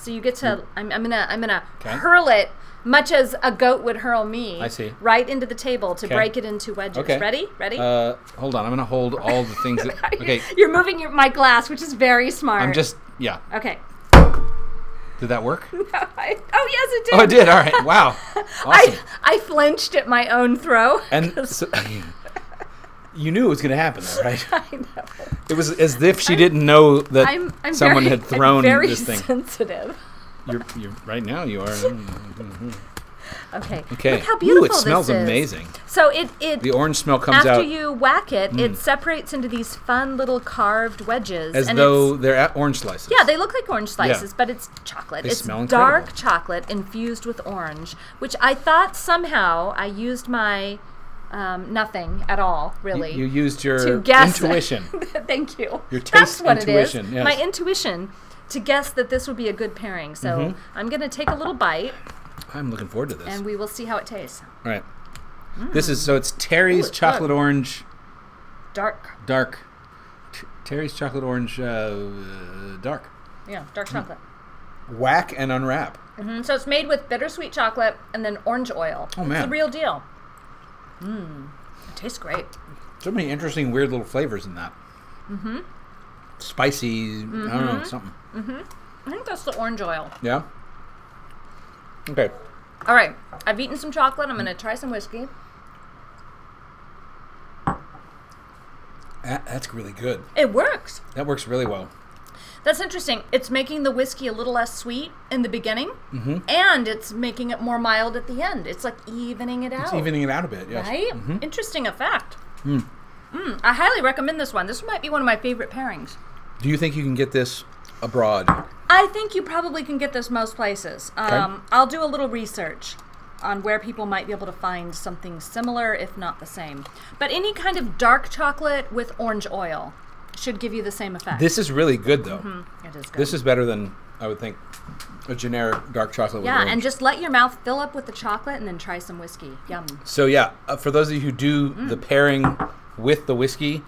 Speaker 3: So you get to
Speaker 2: Hmm.
Speaker 3: I'm, I'm gonna I'm gonna
Speaker 2: 'Kay.
Speaker 3: hurl it much as a goat would hurl me.
Speaker 2: I see.
Speaker 3: Right into the table to
Speaker 2: 'Kay.
Speaker 3: break it into wedges.
Speaker 2: Okay.
Speaker 3: Ready? Ready?
Speaker 2: Uh, hold on. I'm gonna hold all the things. That, okay.
Speaker 3: You're moving your, my glass, which is very smart.
Speaker 2: I'm just yeah.
Speaker 3: okay.
Speaker 2: Did that work?
Speaker 3: I- oh yes, it did.
Speaker 2: Oh, it did. All right. Wow. Awesome.
Speaker 3: I I flinched at my own throw.
Speaker 2: and so, you knew it was gonna happen, though, right?
Speaker 3: I know.
Speaker 2: It was as if she didn't know that
Speaker 3: I'm, I'm
Speaker 2: someone
Speaker 3: very,
Speaker 2: had thrown
Speaker 3: I'm very
Speaker 2: this thing.
Speaker 3: sensitive.
Speaker 2: You're, you're right now. You are.
Speaker 3: Okay.
Speaker 2: Okay.
Speaker 3: Look how beautiful
Speaker 2: Ooh, it
Speaker 3: this
Speaker 2: smells
Speaker 3: is.
Speaker 2: amazing.
Speaker 3: So it it
Speaker 2: The orange smell comes
Speaker 3: after
Speaker 2: out Mm.
Speaker 3: you whack it, it separates into these fun little carved wedges.
Speaker 2: as
Speaker 3: and
Speaker 2: though
Speaker 3: it's,
Speaker 2: they're at orange slices.
Speaker 3: yeah, they look like orange slices, but it's chocolate.
Speaker 2: They
Speaker 3: it's
Speaker 2: smell
Speaker 3: dark
Speaker 2: incredible.
Speaker 3: chocolate infused with orange, which I thought somehow I used my um, nothing at all really.
Speaker 2: You used your
Speaker 3: to guess
Speaker 2: intuition.
Speaker 3: Thank you.
Speaker 2: Your
Speaker 3: That's
Speaker 2: taste
Speaker 3: what it
Speaker 2: intuition,
Speaker 3: is.
Speaker 2: yes.
Speaker 3: My intuition to guess that this would be a good pairing. So
Speaker 2: Mm-hmm.
Speaker 3: I'm going to take a little bite
Speaker 2: I'm looking forward to this.
Speaker 3: and we will see how it tastes.
Speaker 2: All right. This is so it's Terry's
Speaker 3: Mm. Ooh,
Speaker 2: chocolate
Speaker 3: look.
Speaker 2: orange
Speaker 3: Dark.
Speaker 2: dark. T- Terry's chocolate orange uh, uh, dark.
Speaker 3: Yeah, dark
Speaker 2: Mm-hmm.
Speaker 3: chocolate.
Speaker 2: Whack and unwrap.
Speaker 3: Mhm, So it's made with bittersweet chocolate and then orange oil.
Speaker 2: Oh,
Speaker 3: It's
Speaker 2: man.
Speaker 3: the real deal. Mmm. It tastes great.
Speaker 2: So many interesting, weird little flavors in that. Mm-hmm. Spicy. I don't
Speaker 3: Mm-hmm.
Speaker 2: know something.
Speaker 3: I think that's the orange oil.
Speaker 2: Yeah. Okay.
Speaker 3: All right. I've eaten some chocolate. I'm going to try some whiskey.
Speaker 2: That, that's really good.
Speaker 3: It works.
Speaker 2: That works really well.
Speaker 3: That's interesting. It's making the whiskey a little less sweet in the beginning,
Speaker 2: Mm-hmm.
Speaker 3: and it's making it more mild at the end. It's like evening it
Speaker 2: It's
Speaker 3: out.
Speaker 2: evening it out a bit. Yes.
Speaker 3: Oh. Right? Interesting effect.
Speaker 2: Hmm.
Speaker 3: Mm. I highly recommend this one. This might be one of my favorite pairings.
Speaker 2: Do you think you can get this abroad?
Speaker 3: I think you probably can get this most places. Um, I'll do a little research on where people might be able to find something similar, if not the same. But any kind of dark chocolate with orange oil should give you the same effect.
Speaker 2: This is really good though.
Speaker 3: it is good.
Speaker 2: This is better than I would think a generic dark chocolate.
Speaker 3: yeah,
Speaker 2: with orange.
Speaker 3: and just let your mouth fill up with the chocolate and then try some whiskey. Yum.
Speaker 2: So yeah, uh, for those of you who do the
Speaker 3: Mm.
Speaker 2: pairing with the whiskey,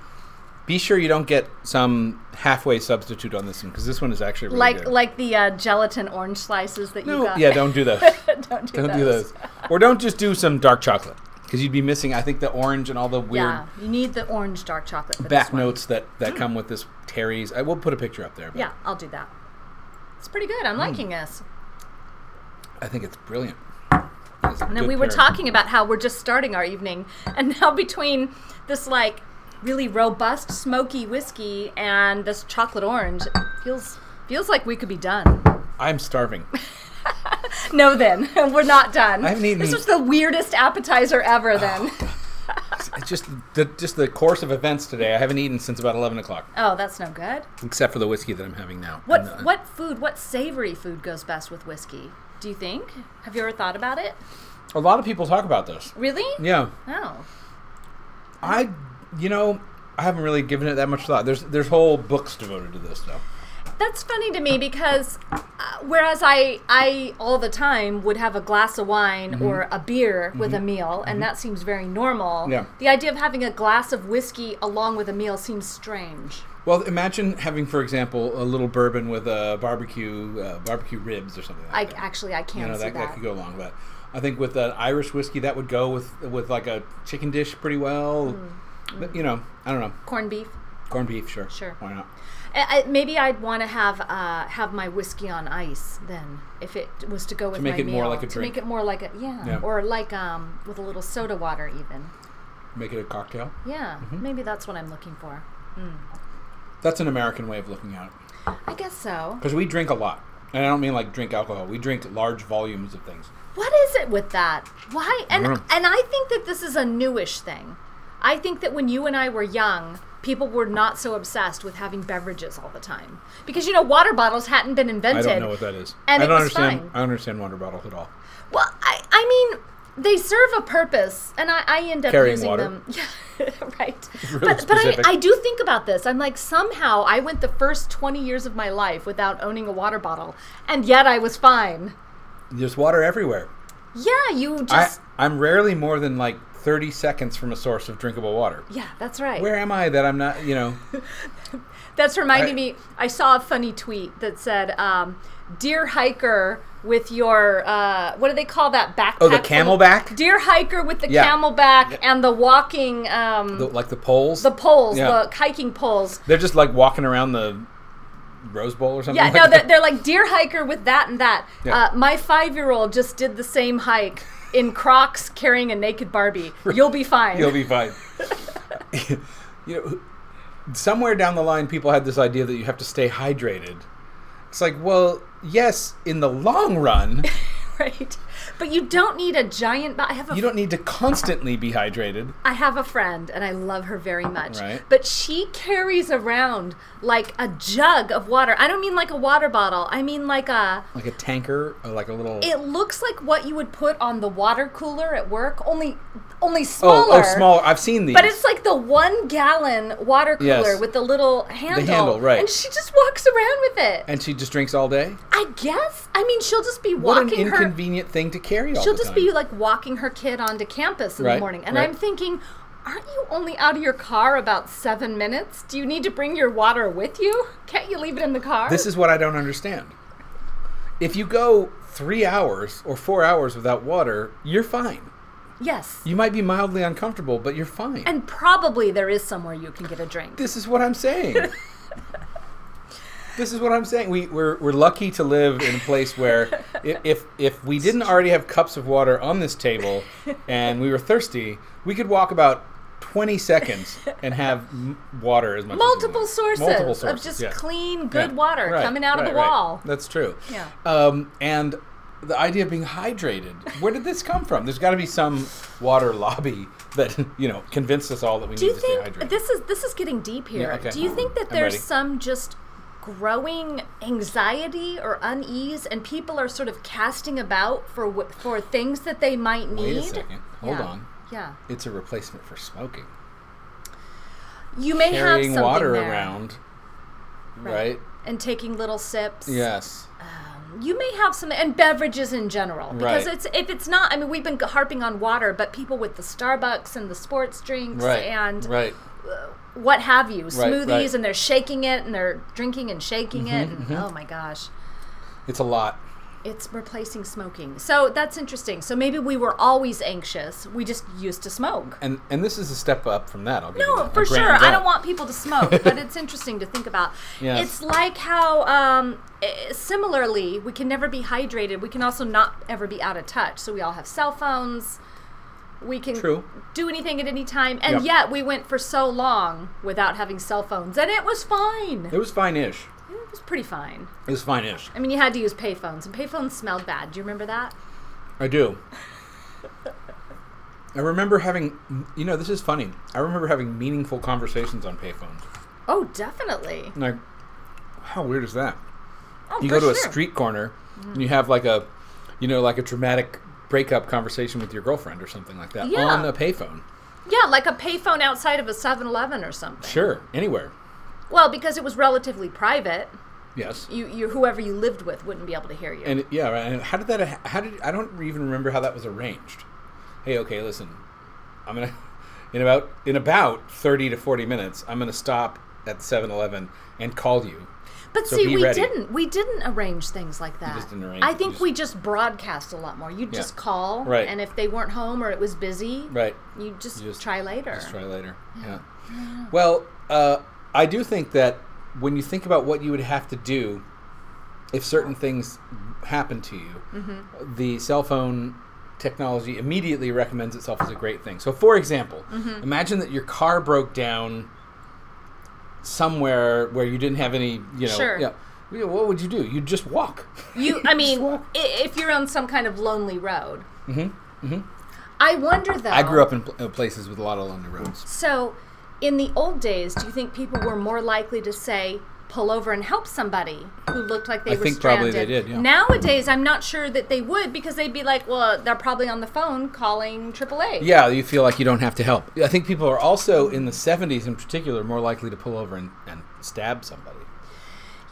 Speaker 2: be sure you don't get some halfway substitute on this one because this one is actually really
Speaker 3: Like
Speaker 2: good.
Speaker 3: like the uh, gelatin orange slices that you
Speaker 2: no,
Speaker 3: got.
Speaker 2: yeah, don't do those.
Speaker 3: don't do
Speaker 2: don't
Speaker 3: those.
Speaker 2: do those, or don't just do some dark chocolate because you'd be missing. I think the orange and all the weird
Speaker 3: Yeah, you need the orange dark chocolate. For
Speaker 2: back
Speaker 3: this one. Mm.
Speaker 2: notes that that come with this Terry's. I will put a picture up there. But
Speaker 3: Yeah, I'll do that. It's pretty good.
Speaker 2: Hmm.
Speaker 3: I'm liking this.
Speaker 2: I think it's brilliant. It's a
Speaker 3: And then
Speaker 2: good
Speaker 3: we were
Speaker 2: pairing.
Speaker 3: talking about how we're just starting our evening, and now between this like really robust smoky whiskey and this chocolate orange, it feels feels like we could be done.
Speaker 2: I'm starving.
Speaker 3: No, then we're not done.
Speaker 2: I haven't eaten- Oh.
Speaker 3: This was the weirdest appetizer ever. Then
Speaker 2: it's just the just the course of events today. I haven't eaten since about eleven o'clock,
Speaker 3: oh, that's no good.
Speaker 2: except for the whiskey that I'm having now.
Speaker 3: What
Speaker 2: And, uh,
Speaker 3: what food? What savory food goes best with whiskey? Do you think? Have you ever thought about it?
Speaker 2: A lot of people talk about this.
Speaker 3: Really?
Speaker 2: Yeah,
Speaker 3: Oh.
Speaker 2: I, you know, I haven't really given it that much thought. There's there's whole books devoted to this though.
Speaker 3: That's funny to me because uh, whereas I I all the time would have a glass of wine
Speaker 2: Mm-hmm.
Speaker 3: or a beer with a meal and that seems very normal.
Speaker 2: Yeah.
Speaker 3: The idea of having a glass of whiskey along with a meal seems strange.
Speaker 2: Well, imagine having, for example, a little bourbon with a barbecue uh, barbecue ribs or something.
Speaker 3: I
Speaker 2: Like that.
Speaker 3: actually I
Speaker 2: you
Speaker 3: can't
Speaker 2: know
Speaker 3: see
Speaker 2: that,
Speaker 3: that.
Speaker 2: that could go along with that. I think with an Irish whiskey that would go with with like a chicken dish pretty well.
Speaker 3: Mm,
Speaker 2: But, You know, I don't know,
Speaker 3: Corned beef.
Speaker 2: corned beef, sure,
Speaker 3: Sure.
Speaker 2: why not?
Speaker 3: I, I, maybe I'd want to have uh, have my whiskey on ice then, if it was to go with
Speaker 2: make
Speaker 3: my
Speaker 2: it more
Speaker 3: meal.
Speaker 2: like a
Speaker 3: to make
Speaker 2: drink.
Speaker 3: it more like a yeah,
Speaker 2: Yeah.
Speaker 3: or like um with a little soda water even.
Speaker 2: Make it a cocktail.
Speaker 3: Yeah,
Speaker 2: Mm-hmm.
Speaker 3: maybe that's what I'm looking for.
Speaker 2: That's an American way of looking at it
Speaker 3: I guess so.
Speaker 2: because we drink a lot, and I don't mean like drink alcohol. We drink large volumes of things.
Speaker 3: What is it with that? Why? And
Speaker 2: dunno.
Speaker 3: and I think that this is a newish thing. I think that when you and I were young, people were not so obsessed with having beverages all the time because you know water bottles hadn't been
Speaker 2: I
Speaker 3: invented.
Speaker 2: don't know what that is.
Speaker 3: And
Speaker 2: I
Speaker 3: it
Speaker 2: don't
Speaker 3: was
Speaker 2: understand.
Speaker 3: fine.
Speaker 2: I don't understand water bottles at all.
Speaker 3: Well, I I mean they serve a purpose, and I, I end up
Speaker 2: Carrying
Speaker 3: using
Speaker 2: water.
Speaker 3: them. Yeah, right.
Speaker 2: Really
Speaker 3: but but I,
Speaker 2: specific.
Speaker 3: I do think about this. I'm like somehow I went the first 20 years of my life without owning a water bottle, and yet I was fine.
Speaker 2: There's water everywhere.
Speaker 3: Yeah, you
Speaker 2: I,
Speaker 3: just
Speaker 2: I'm rarely more than like 30 seconds from a source of drinkable water.
Speaker 3: yeah, that's right.
Speaker 2: Where am I that I'm not, you know?
Speaker 3: That's reminding
Speaker 2: I-
Speaker 3: me. I saw a funny tweet that said, um, "Dear hiker with your uh, what do they call that backpack?
Speaker 2: Oh, the
Speaker 3: full of-
Speaker 2: camelback?
Speaker 3: Dear hiker with the
Speaker 2: Yeah.
Speaker 3: camelback and the walking um,
Speaker 2: The,
Speaker 3: the,
Speaker 2: like the poles?
Speaker 3: poles,
Speaker 2: Yeah.
Speaker 3: the hiking poles.
Speaker 2: They're just like walking around the Rose Bowl or something.
Speaker 3: Yeah,
Speaker 2: like
Speaker 3: no, they're,
Speaker 2: that.
Speaker 3: they're like dear hiker with that and that.
Speaker 2: Oh Yeah.
Speaker 3: Uh, my five year old just did the same hike in Crocs carrying a naked Barbie. You'll be fine.
Speaker 2: You'll be fine. you know, somewhere down the line, people had this idea that you have to stay hydrated. It's like, well, yes, in the long run,
Speaker 3: right. But you don't need a giant. Bo- I have a
Speaker 2: you don't need to constantly be hydrated.
Speaker 3: I have a friend and I love her very much.
Speaker 2: Right.
Speaker 3: But she carries around like a jug of water. I don't mean like a water bottle. I mean like a
Speaker 2: Like a tanker, or like a little.
Speaker 3: it looks like what you would put on the water cooler at work, only only
Speaker 2: oh,
Speaker 3: smaller.
Speaker 2: oh, smaller. I've seen these.
Speaker 3: But it's like the one gallon water cooler
Speaker 2: Yes.
Speaker 3: with the little handle.
Speaker 2: handle, right.
Speaker 3: And she just walks around with it.
Speaker 2: and she just drinks all day?
Speaker 3: I guess. I mean she'll just be
Speaker 2: What an
Speaker 3: walking her
Speaker 2: inconvenient thing to carry all
Speaker 3: She'll
Speaker 2: the
Speaker 3: just
Speaker 2: time.
Speaker 3: be like walking her kid onto campus in
Speaker 2: Right,
Speaker 3: the morning. And
Speaker 2: right.
Speaker 3: I'm thinking, aren't you only out of your car about seven minutes? Do you need to bring your water with you? Can't you leave it in the car?
Speaker 2: This is what I don't understand. If you go three hours or four hours without water, you're fine.
Speaker 3: yes.
Speaker 2: You might be mildly uncomfortable, but you're fine.
Speaker 3: and probably there is somewhere you can get a drink.
Speaker 2: this is what I'm saying. this is what I'm saying. We, we're, we're lucky to live in a place where i- if, if we didn't already have cups of water on this table and we were thirsty, we could walk about 20 seconds and have m- water as much
Speaker 3: Multiple
Speaker 2: as we want.
Speaker 3: sources,
Speaker 2: Multiple
Speaker 3: of just
Speaker 2: yeah.
Speaker 3: clean, good
Speaker 2: Yeah.
Speaker 3: water
Speaker 2: Right,
Speaker 3: coming out of
Speaker 2: right,
Speaker 3: the
Speaker 2: right.
Speaker 3: wall.
Speaker 2: That's true.
Speaker 3: Yeah.
Speaker 2: Um, and the idea of being hydrated, where did this come from? There's got to be some water lobby that you know convinced us all that we
Speaker 3: Do
Speaker 2: need
Speaker 3: you
Speaker 2: to stay
Speaker 3: think
Speaker 2: hydrated.
Speaker 3: this is this is getting deep here?
Speaker 2: okay.
Speaker 3: Do you think that
Speaker 2: I'm
Speaker 3: there's
Speaker 2: ready.
Speaker 3: some just growing anxiety or unease, and people are sort of casting about for wh- for things that they might need?
Speaker 2: Wait a second. Hold
Speaker 3: Yeah.
Speaker 2: on.
Speaker 3: Yeah,
Speaker 2: It's a replacement for smoking.
Speaker 3: you may have
Speaker 2: Carrying
Speaker 3: something
Speaker 2: water
Speaker 3: there.
Speaker 2: around, right.
Speaker 3: and taking little sips.
Speaker 2: Yes.
Speaker 3: you may have some, and beverages in general, because
Speaker 2: Right.
Speaker 3: it's if it's not. I mean, we've been harping on water, but people with the Starbucks and the sports drinks
Speaker 2: Right.
Speaker 3: and
Speaker 2: right.
Speaker 3: what have you, smoothies,
Speaker 2: right.
Speaker 3: and they're shaking it and they're drinking and shaking it.
Speaker 2: Mm-hmm,
Speaker 3: And, Oh my gosh.
Speaker 2: It's a lot.
Speaker 3: It's replacing smoking. So that's interesting. So maybe we were always anxious. We just used to smoke.
Speaker 2: And and this is a step up from that. I'll give you
Speaker 3: No,
Speaker 2: a
Speaker 3: for
Speaker 2: grand
Speaker 3: sure. I
Speaker 2: up.
Speaker 3: don't want people to smoke, but it's interesting to think about.
Speaker 2: Yes.
Speaker 3: It's like how, um, eh, similarly, we can never be hydrated. We can also not ever be out of touch. So we all have cell phones. We can
Speaker 2: True.
Speaker 3: do anything at any time. And
Speaker 2: Yep.
Speaker 3: yet we went for so long without having cell phones, and it was fine.
Speaker 2: It was fine-ish.
Speaker 3: It was pretty fine.
Speaker 2: It was fine-ish.
Speaker 3: I mean, you had to use payphones, and payphones smelled bad. Do you remember that?
Speaker 2: I do. I remember having, you know, this is funny. I remember having meaningful conversations on payphones.
Speaker 3: Oh, definitely.
Speaker 2: Like, how weird is that?
Speaker 3: Oh,
Speaker 2: You
Speaker 3: for
Speaker 2: go to a
Speaker 3: sure. Mm.
Speaker 2: street corner, and you have like a, you know, like a dramatic breakup conversation with your girlfriend or something like that
Speaker 3: Yeah.
Speaker 2: on a payphone.
Speaker 3: Yeah, like a payphone outside of a 7 Eleven or something.
Speaker 2: Sure, anywhere.
Speaker 3: Well, because it was relatively private,
Speaker 2: Yes.
Speaker 3: you, you whoever you lived with wouldn't be able to hear you.
Speaker 2: And yeah, right. And how did that? How did I don't even remember how that was arranged. Hey, okay, listen, I'm gonna in about in about thirty to forty minutes, I'm gonna stop at 7-Eleven and call you.
Speaker 3: but
Speaker 2: so
Speaker 3: see,
Speaker 2: be
Speaker 3: we
Speaker 2: ready.
Speaker 3: didn't we didn't arrange things like that.
Speaker 2: just didn't arrange
Speaker 3: I
Speaker 2: it,
Speaker 3: think
Speaker 2: you
Speaker 3: we just broadcast a lot more. You'd
Speaker 2: Yeah.
Speaker 3: just call,
Speaker 2: Right.
Speaker 3: and if they weren't home or it was busy,
Speaker 2: Right.
Speaker 3: you just,
Speaker 2: You just-
Speaker 3: try later.
Speaker 2: Just try later. Yeah. Well, uh, I do think that when you think about what you would have to do if certain things happen to you, the cell phone technology immediately recommends itself as a great thing. So, for example, imagine that your car broke down somewhere where you didn't have any, you know,
Speaker 3: Sure.
Speaker 2: yeah. Yeah, What would you do? You'd just walk.
Speaker 3: You, I mean, i-
Speaker 2: walk.
Speaker 3: if you're on some kind of lonely road. Mm-hmm. Mm-hmm. I wonder though.
Speaker 2: I grew up in pl- uh, places with a lot of lonely roads.
Speaker 3: So, in the old days, do you think people were more likely to say, pull over and help somebody who looked like they
Speaker 2: I
Speaker 3: were
Speaker 2: think probably
Speaker 3: stranded?
Speaker 2: they did, yeah.
Speaker 3: Nowadays, I'm not sure that they would because they'd be like, well, they're probably on the phone calling AAA.
Speaker 2: Yeah, you feel like you don't have to help. I think people are also in the 70s in particular more likely to pull over and, and stab somebody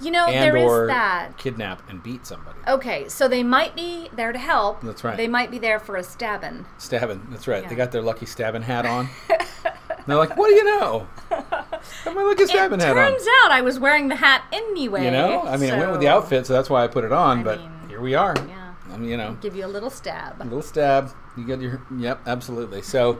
Speaker 3: You know,
Speaker 2: and
Speaker 3: there is
Speaker 2: or
Speaker 3: that. Oh.
Speaker 2: kidnap and beat somebody.
Speaker 3: Okay, so they might be there to help.
Speaker 2: That's right.
Speaker 3: They might be there for a stabbing.
Speaker 2: Stabbing, that's right.
Speaker 3: Yeah.
Speaker 2: They got their lucky stabbing hat on. And they're like, "What do you know? Got my lucky stabbing
Speaker 3: it
Speaker 2: hat on."
Speaker 3: turns out I was wearing the hat anyway.
Speaker 2: You know, I mean, it went with the
Speaker 3: so-
Speaker 2: outfit, so that's why I put it on. but
Speaker 3: mean,
Speaker 2: here we are.
Speaker 3: Yeah.
Speaker 2: I mean, you know,
Speaker 3: Give you a little stab.
Speaker 2: little stab. You got your yep, absolutely. So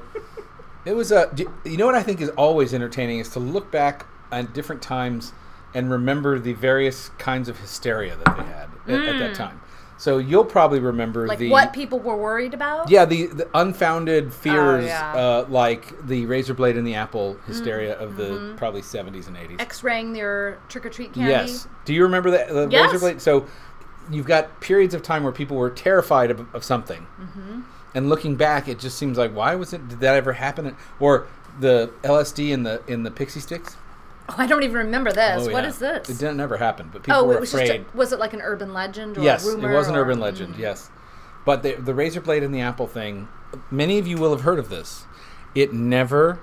Speaker 2: it was a. do- You know what I think is always entertaining is to look back at different times and remember the various kinds of hysteria that they had at, at that time. So you'll probably remember
Speaker 3: Hmm. Like
Speaker 2: the
Speaker 3: what people were worried about?
Speaker 2: yeah the, the unfounded fears
Speaker 3: yeah. Mm,
Speaker 2: uh, like the razor blade and the apple hysteria of the
Speaker 3: mm-hmm.
Speaker 2: probably 70s and 80s.
Speaker 3: X-raying their trick-or-treat candy?
Speaker 2: Yes. Do you remember that the
Speaker 3: Yes.
Speaker 2: razor blade? So you've got periods of time where people were terrified of, of something,
Speaker 3: Mm-hmm.
Speaker 2: and looking back, it just seems like why was it? Did that ever happen? Or the LSD in the in the pixie sticks?
Speaker 3: Oh, I don't even remember this.
Speaker 2: Oh,
Speaker 3: What
Speaker 2: yeah.
Speaker 3: is
Speaker 2: It
Speaker 3: this?
Speaker 2: didn't never happen, but people
Speaker 3: Oh,
Speaker 2: were
Speaker 3: it was
Speaker 2: afraid.
Speaker 3: just a, was it like an urban legend or
Speaker 2: yes,
Speaker 3: a rumor?
Speaker 2: it was an
Speaker 3: or- Hmm.
Speaker 2: urban legend. Yes, but the the razor blade and the apple thing. Many of you will have heard of this. It never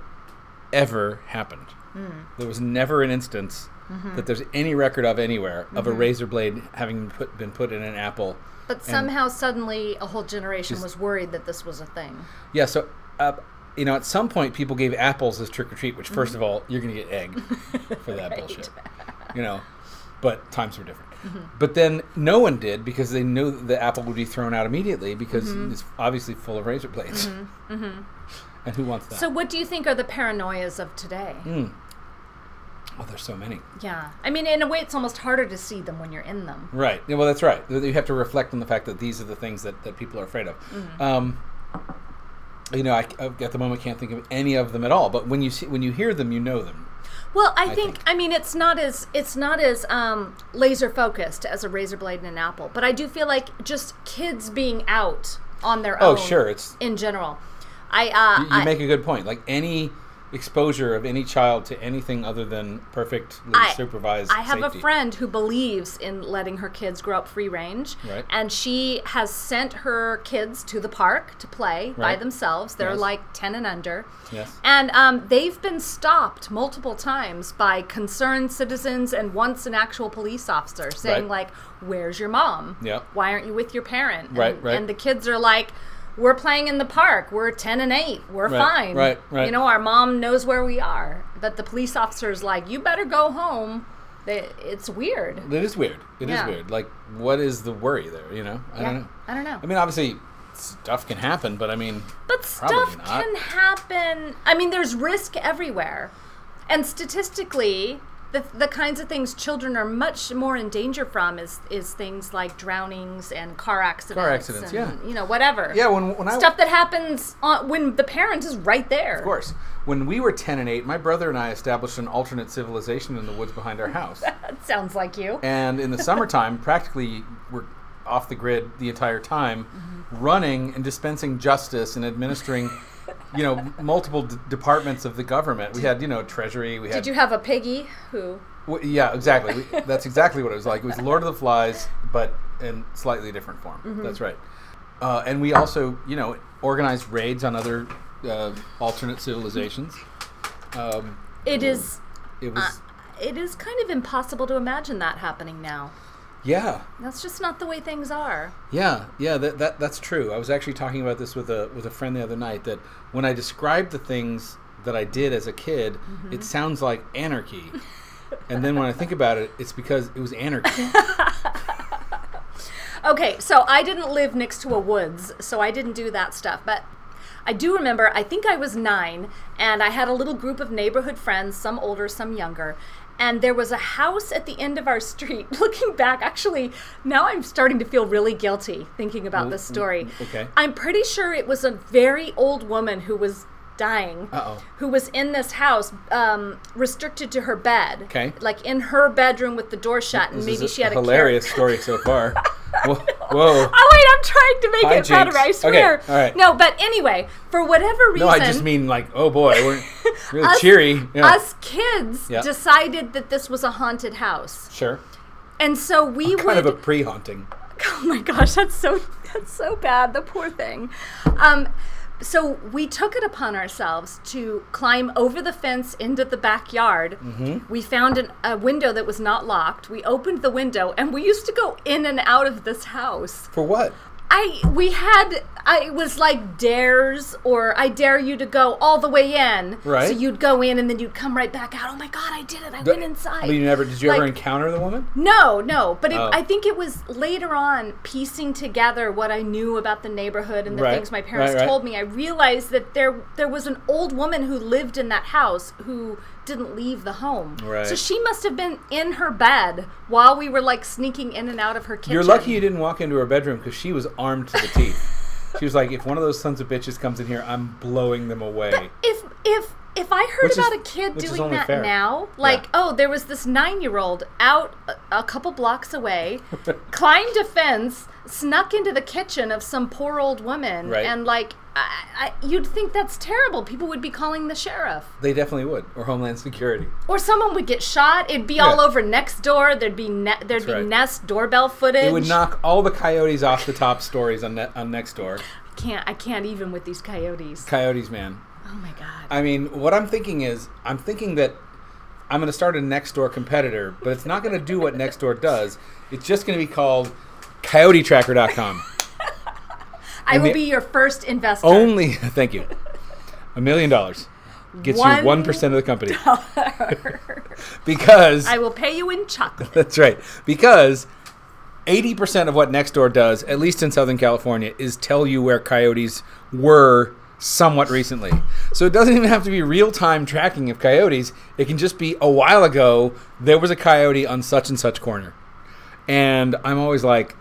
Speaker 2: ever happened.
Speaker 3: Hmm.
Speaker 2: There was never an instance
Speaker 3: Mm-hmm.
Speaker 2: that there's any record of anywhere of a razor blade having put, been put in an apple.
Speaker 3: But somehow, suddenly, a whole generation was worried that this was a thing.
Speaker 2: Yeah, so uh, you know, at some point, people gave apples as trick or treat. Which, first of all, you're going to get egged for that bullshit. You know, but times were different. But then no one did because they knew that the apple would be thrown out immediately because it's obviously full of razor blades. And who wants that?
Speaker 3: So, what do you think are the paranoias of today?
Speaker 2: Hmm. oh, there's so many.
Speaker 3: Yeah. I mean, in a way, it's almost harder to see them when you're in them.
Speaker 2: Right. Yeah, well, that's right. You have to reflect on the fact that these are the things that, that people are afraid of. Um, you know, I, I at the moment can't think of any of them at all. But when you see, when you hear them, you know them.
Speaker 3: Well, I, think, I mean it's not as it's not as um, laser focused as a razor blade and an apple, but I do feel like just kids being out on their
Speaker 2: Oh,
Speaker 3: own.
Speaker 2: sure, it's-
Speaker 3: in general. I uh,
Speaker 2: You, you
Speaker 3: I,
Speaker 2: make a good point. Like any exposure of any child to anything other than perfectly
Speaker 3: I-
Speaker 2: supervised.
Speaker 3: I have
Speaker 2: safety.
Speaker 3: a friend who believes in letting her kids grow up free range,
Speaker 2: Right.
Speaker 3: and she has sent her kids to the park to play by
Speaker 2: Right.
Speaker 3: themselves. They're
Speaker 2: Yes.
Speaker 3: like ten and under,
Speaker 2: Yes.
Speaker 3: and um, they've been stopped multiple times by concerned citizens and once an actual police officer saying
Speaker 2: Right.
Speaker 3: like, "Where's your mom?
Speaker 2: Yep.
Speaker 3: Why aren't you with your parent?"
Speaker 2: Right,
Speaker 3: and,
Speaker 2: right.
Speaker 3: And the kids are like. We're playing in the park. We're 10 and 8. We're
Speaker 2: Right,
Speaker 3: fine.
Speaker 2: right, right.
Speaker 3: You know, our mom knows where we are. But the police officer's like, you better go home. They- It's weird.
Speaker 2: It is weird. It is
Speaker 3: Yeah.
Speaker 2: weird. Like, what is the worry there? You know, I
Speaker 3: Yeah,
Speaker 2: don't know.
Speaker 3: I don't know.
Speaker 2: I mean, obviously, stuff can happen, but I mean,
Speaker 3: But
Speaker 2: Probably
Speaker 3: stuff
Speaker 2: not.
Speaker 3: can happen. I mean, there's risk everywhere. And statistically, the, the kinds of things children are much more in danger from is, is things like drownings and car accidents.
Speaker 2: accidents,
Speaker 3: and,
Speaker 2: yeah.
Speaker 3: You know, whatever.
Speaker 2: yeah. When when I
Speaker 3: Stuff that happens on, when the parent is right there.
Speaker 2: Of course. When we were 10 and 8, my brother and I established an alternate civilization in the woods behind our house.
Speaker 3: That sounds like you.
Speaker 2: and in the summertime, practically we're off the grid the entire time,
Speaker 3: Mm-hmm.
Speaker 2: running and dispensing justice and administering, you know, multiple d- departments of the government. We had, you know, treasury, we had
Speaker 3: Did you have a piggy who.
Speaker 2: W- yeah, exactly. We, that's exactly what it was like. It was Lord of the Flies, but in slightly different form.
Speaker 3: Mm-hmm.
Speaker 2: That's right. Uh, and we also, you know, organized raids on other uh, alternate civilizations. Um,
Speaker 3: It is. uh,
Speaker 2: it was,
Speaker 3: It is kind of impossible to imagine that happening now.
Speaker 2: yeah,
Speaker 3: That's just not the way things are.
Speaker 2: yeah, yeah. That, that that's true. I was actually talking about this with a with a friend the other night. That when I described the things that I did as a kid,
Speaker 3: Mm-hmm.
Speaker 2: it sounds like anarchy. and then when I think about it, it's because it was anarchy.
Speaker 3: Okay, so I didn't live next to a woods, so I didn't do that stuff. But I do remember, I think I was nine, and I had a little group of neighborhood friends, some older, some younger. And there was a house at the end of our street. Looking back, actually, now I'm starting to feel really guilty thinking about this story.
Speaker 2: Mm, okay.
Speaker 3: I'm pretty sure it was a very old woman who was dying,
Speaker 2: Uh-oh.
Speaker 3: who was in this house, um, restricted to her bed.
Speaker 2: Okay.
Speaker 3: Like in her bedroom with the door shut, and
Speaker 2: This
Speaker 3: maybe
Speaker 2: is
Speaker 3: she had a car-
Speaker 2: hilarious story so far. Whoa. whoa.
Speaker 3: Oh wait, I'm trying to make it
Speaker 2: Hijinks.
Speaker 3: better. I
Speaker 2: Okay,
Speaker 3: swear.
Speaker 2: all right.
Speaker 3: No, but anyway, for whatever reason,
Speaker 2: No, I just mean like, oh boy, we're really
Speaker 3: us,
Speaker 2: cheery. Yeah.
Speaker 3: us kids
Speaker 2: Yeah.
Speaker 3: decided that this was a haunted house,
Speaker 2: Sure.
Speaker 3: and so we would.
Speaker 2: Kind of a pre haunting.
Speaker 3: oh my gosh, that's so that's so bad. The poor thing. Um, so we took it upon ourselves to climb over the fence into the backyard.
Speaker 2: Mm-hmm.
Speaker 3: We found an, a window that was not locked. We opened the window, and we used to go in and out of this house.
Speaker 2: For what?
Speaker 3: I we had I it was like dares or I dare you to go all the way in.
Speaker 2: Right.
Speaker 3: So you'd go in and then you'd come right back out. Oh my god, I did it! I went inside.
Speaker 2: But you never did you ever
Speaker 3: Like-
Speaker 2: encounter the woman?
Speaker 3: No, no. But it,
Speaker 2: Oh.
Speaker 3: I think it was later on piecing together what I knew about the neighborhood and the
Speaker 2: Right,
Speaker 3: things my parents
Speaker 2: right, right.
Speaker 3: told me. I realized that there there was an old woman who lived in that house who didn't leave the home. So
Speaker 2: Right.
Speaker 3: she must have been in her bed while we were like sneaking in and out of her kitchen.
Speaker 2: You're lucky you didn't walk into her bedroom because she was armed to the teeth. she was like, if one of those sons of bitches comes in here, I'm blowing them away.
Speaker 3: if if if I heard
Speaker 2: Which is-
Speaker 3: about a kid
Speaker 2: which is
Speaker 3: doing
Speaker 2: only
Speaker 3: that
Speaker 2: fair.
Speaker 3: now, like
Speaker 2: Yeah.
Speaker 3: oh, there was this nine-year-old out a, a couple blocks away, climbed a fence, snuck into the kitchen of some poor old woman,
Speaker 2: Right.
Speaker 3: and like I, I, you'd think that's terrible. People would be calling the sheriff,
Speaker 2: They definitely would, or Homeland Security.
Speaker 3: or someone would get shot. It'd be all over next door. There'd be ne- there'd be
Speaker 2: right.
Speaker 3: nest doorbell footage.
Speaker 2: It would knock all the coyotes off the top stories on, ne- on next door.
Speaker 3: I can't I can't even with these coyotes.
Speaker 2: Coyotes, man.
Speaker 3: Oh my god.
Speaker 2: I mean, what I'm thinking is, I'm thinking that I'm going to start a next door competitor, but it's not going to do what next door does. It's just going to be called CoyoteTracker.com.
Speaker 3: I will
Speaker 2: the-
Speaker 3: be your first investor.
Speaker 2: Only, thank you, a million dollars gets you
Speaker 3: One
Speaker 2: one percent of the company because
Speaker 3: I will pay you in chocolate.
Speaker 2: that's right because. 80% of what Nextdoor does, at least in Southern California, is tell you where coyotes were somewhat recently. So it doesn't even have to be real time tracking of coyotes. It can just be a while ago, there was a coyote on such and such corner. And I'm always like,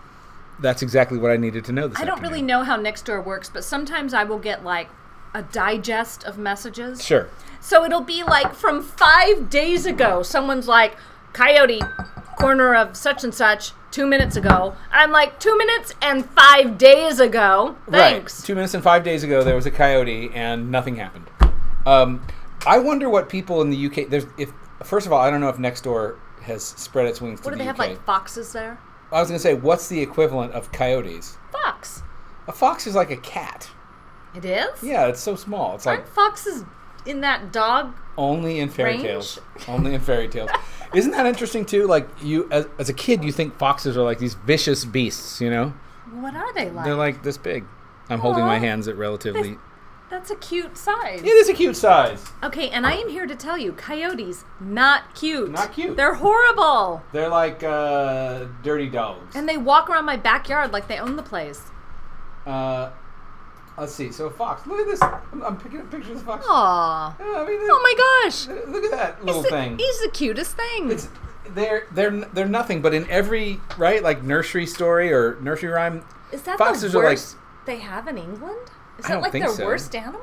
Speaker 2: that's exactly what I needed to know this
Speaker 3: I don't
Speaker 2: afternoon.
Speaker 3: really know how Nextdoor works, but sometimes I will get like a digest of messages.
Speaker 2: Sure.
Speaker 3: So it'll be like from five days ago, someone's like, Coyote, corner of such and such, two minutes ago. I'm like, two minutes and five days ago.
Speaker 2: Right.
Speaker 3: Thanks.
Speaker 2: Two minutes and five days ago, there was a coyote, and nothing happened. Um, I wonder what people in the UK. There's if first of all, I don't know if Nextdoor has spread its wings to
Speaker 3: What
Speaker 2: the
Speaker 3: do they have
Speaker 2: UK.
Speaker 3: like foxes there?
Speaker 2: I was going to say, what's the equivalent of coyotes?
Speaker 3: Fox.
Speaker 2: A fox is like a cat.
Speaker 3: It is?
Speaker 2: Yeah, it's so small. It's like
Speaker 3: Aren't foxes in that dog?
Speaker 2: only in fairy
Speaker 3: Range?
Speaker 2: tales. Only in fairy tales. Isn't that interesting too? Like you, as, as a kid, you think foxes are like these vicious beasts. You know,
Speaker 3: What are they like?
Speaker 2: they're like this big. I'm holding
Speaker 3: Aw.
Speaker 2: my hands at relatively.
Speaker 3: That's a cute size.
Speaker 2: It is a cute size.
Speaker 3: Okay, and I am here to tell you, coyotes not cute.
Speaker 2: Not cute.
Speaker 3: They're horrible,
Speaker 2: They're like uh, dirty dogs.
Speaker 3: and they walk around my backyard like they own the place.
Speaker 2: Uh, let's see. So a fox. Look at this. I'm, I'm picking up pictures of fox.
Speaker 3: Aw.
Speaker 2: Yeah, I mean,
Speaker 3: Oh my gosh.
Speaker 2: my. Look at that little
Speaker 3: He's the,
Speaker 2: thing.
Speaker 3: he's the cutest thing.
Speaker 2: It's they're they're they're nothing. But in every right, like nursery story or nursery rhyme,
Speaker 3: Is that
Speaker 2: foxes
Speaker 3: the
Speaker 2: are like-
Speaker 3: worst they have in England? Is
Speaker 2: I
Speaker 3: that
Speaker 2: don't
Speaker 3: like
Speaker 2: think
Speaker 3: their
Speaker 2: so.
Speaker 3: worst animal?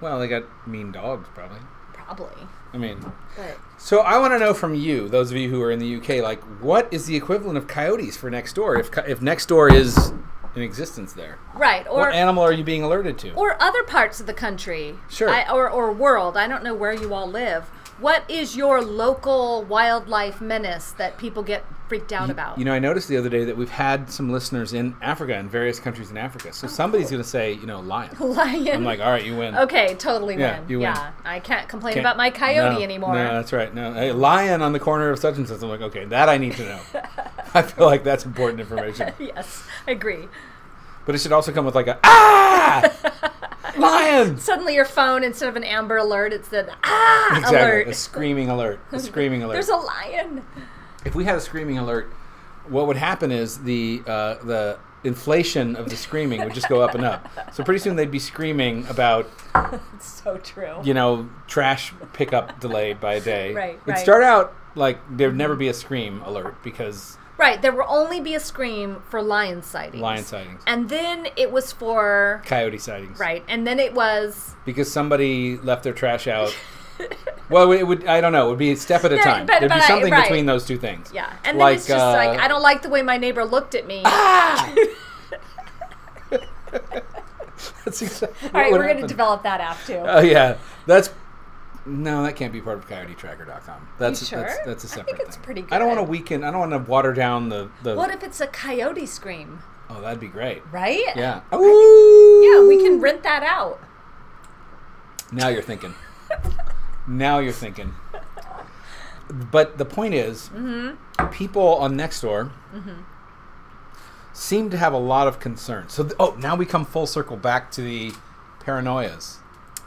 Speaker 2: well, they got mean dogs probably.
Speaker 3: Probably.
Speaker 2: I mean,
Speaker 3: But
Speaker 2: so I want to know from you, those of you who are in the UK, like what is the equivalent of coyotes for next door? If co- if next door is in existence there,
Speaker 3: right, or
Speaker 2: what animal are you being alerted to?
Speaker 3: or other parts of the country,
Speaker 2: Sure.
Speaker 3: I, or or world. I don't know where you all live. What is your local wildlife menace that people get freaked out about?
Speaker 2: You know, I noticed the other day that we've had some listeners in Africa, in various countries in Africa. So somebody's going to say, you know, lion.
Speaker 3: lion.
Speaker 2: I'm like, all right, you win.
Speaker 3: Okay, totally
Speaker 2: Yeah,
Speaker 3: win.
Speaker 2: you win.
Speaker 3: Yeah, I can't complain
Speaker 2: Can't-
Speaker 3: about my coyote
Speaker 2: no,
Speaker 3: anymore.
Speaker 2: No, that's right. No, a lion on the corner of such and such. I'm like, okay, that I need to know. I feel like that's important information.
Speaker 3: Yes, I agree.
Speaker 2: But it should also come with like a ah, lion.
Speaker 3: Suddenly, your phone instead of an amber alert, it's an ah
Speaker 2: Exactly,
Speaker 3: alert.
Speaker 2: a screaming alert. A screaming alert.
Speaker 3: There's a lion.
Speaker 2: if we had a screaming alert, what would happen is the uh, the inflation of the screaming would just go up and up. So pretty soon they'd be screaming about
Speaker 3: It's so true.
Speaker 2: you know, trash pickup delayed by a day.
Speaker 3: Right,
Speaker 2: It'd
Speaker 3: right. Mm-hmm.
Speaker 2: start out like there'd never be a scream alert because
Speaker 3: Right, there will only be a scream for lion sightings.
Speaker 2: lion sightings,
Speaker 3: And then it was for
Speaker 2: coyote sightings.
Speaker 3: right, and then it was
Speaker 2: Because somebody left their trash out. well, it would. I don't know. It would be a step at a
Speaker 3: Yeah,
Speaker 2: time.
Speaker 3: but-
Speaker 2: there'd
Speaker 3: but
Speaker 2: be
Speaker 3: I-
Speaker 2: something
Speaker 3: right.
Speaker 2: between those two things.
Speaker 3: yeah, and then
Speaker 2: Like,
Speaker 3: it's just like
Speaker 2: uh, Ah!
Speaker 3: I don't Ah! like the way my neighbor looked at me.
Speaker 2: That's exactly.
Speaker 3: All right,
Speaker 2: what
Speaker 3: we're going to
Speaker 2: happened.
Speaker 3: develop that app too.
Speaker 2: Oh yeah, that's. No, that can't be part of CoyoteTracker.com. That's
Speaker 3: sure?
Speaker 2: that's, that's a
Speaker 3: I think
Speaker 2: separate
Speaker 3: it's
Speaker 2: thing.
Speaker 3: pretty
Speaker 2: I don't
Speaker 3: good.
Speaker 2: want to weaken. I don't want to water down the the.
Speaker 3: what if it's a coyote scream?
Speaker 2: oh, that'd be great.
Speaker 3: Right?
Speaker 2: Yeah. Ooh.
Speaker 3: Yeah, we can rent that out.
Speaker 2: Now you're thinking. now you're thinking. But the point is,
Speaker 3: Mm-hmm.
Speaker 2: people on Nextdoor seem to have a lot of concern. So, th- oh, now we come full circle back to the paranoias.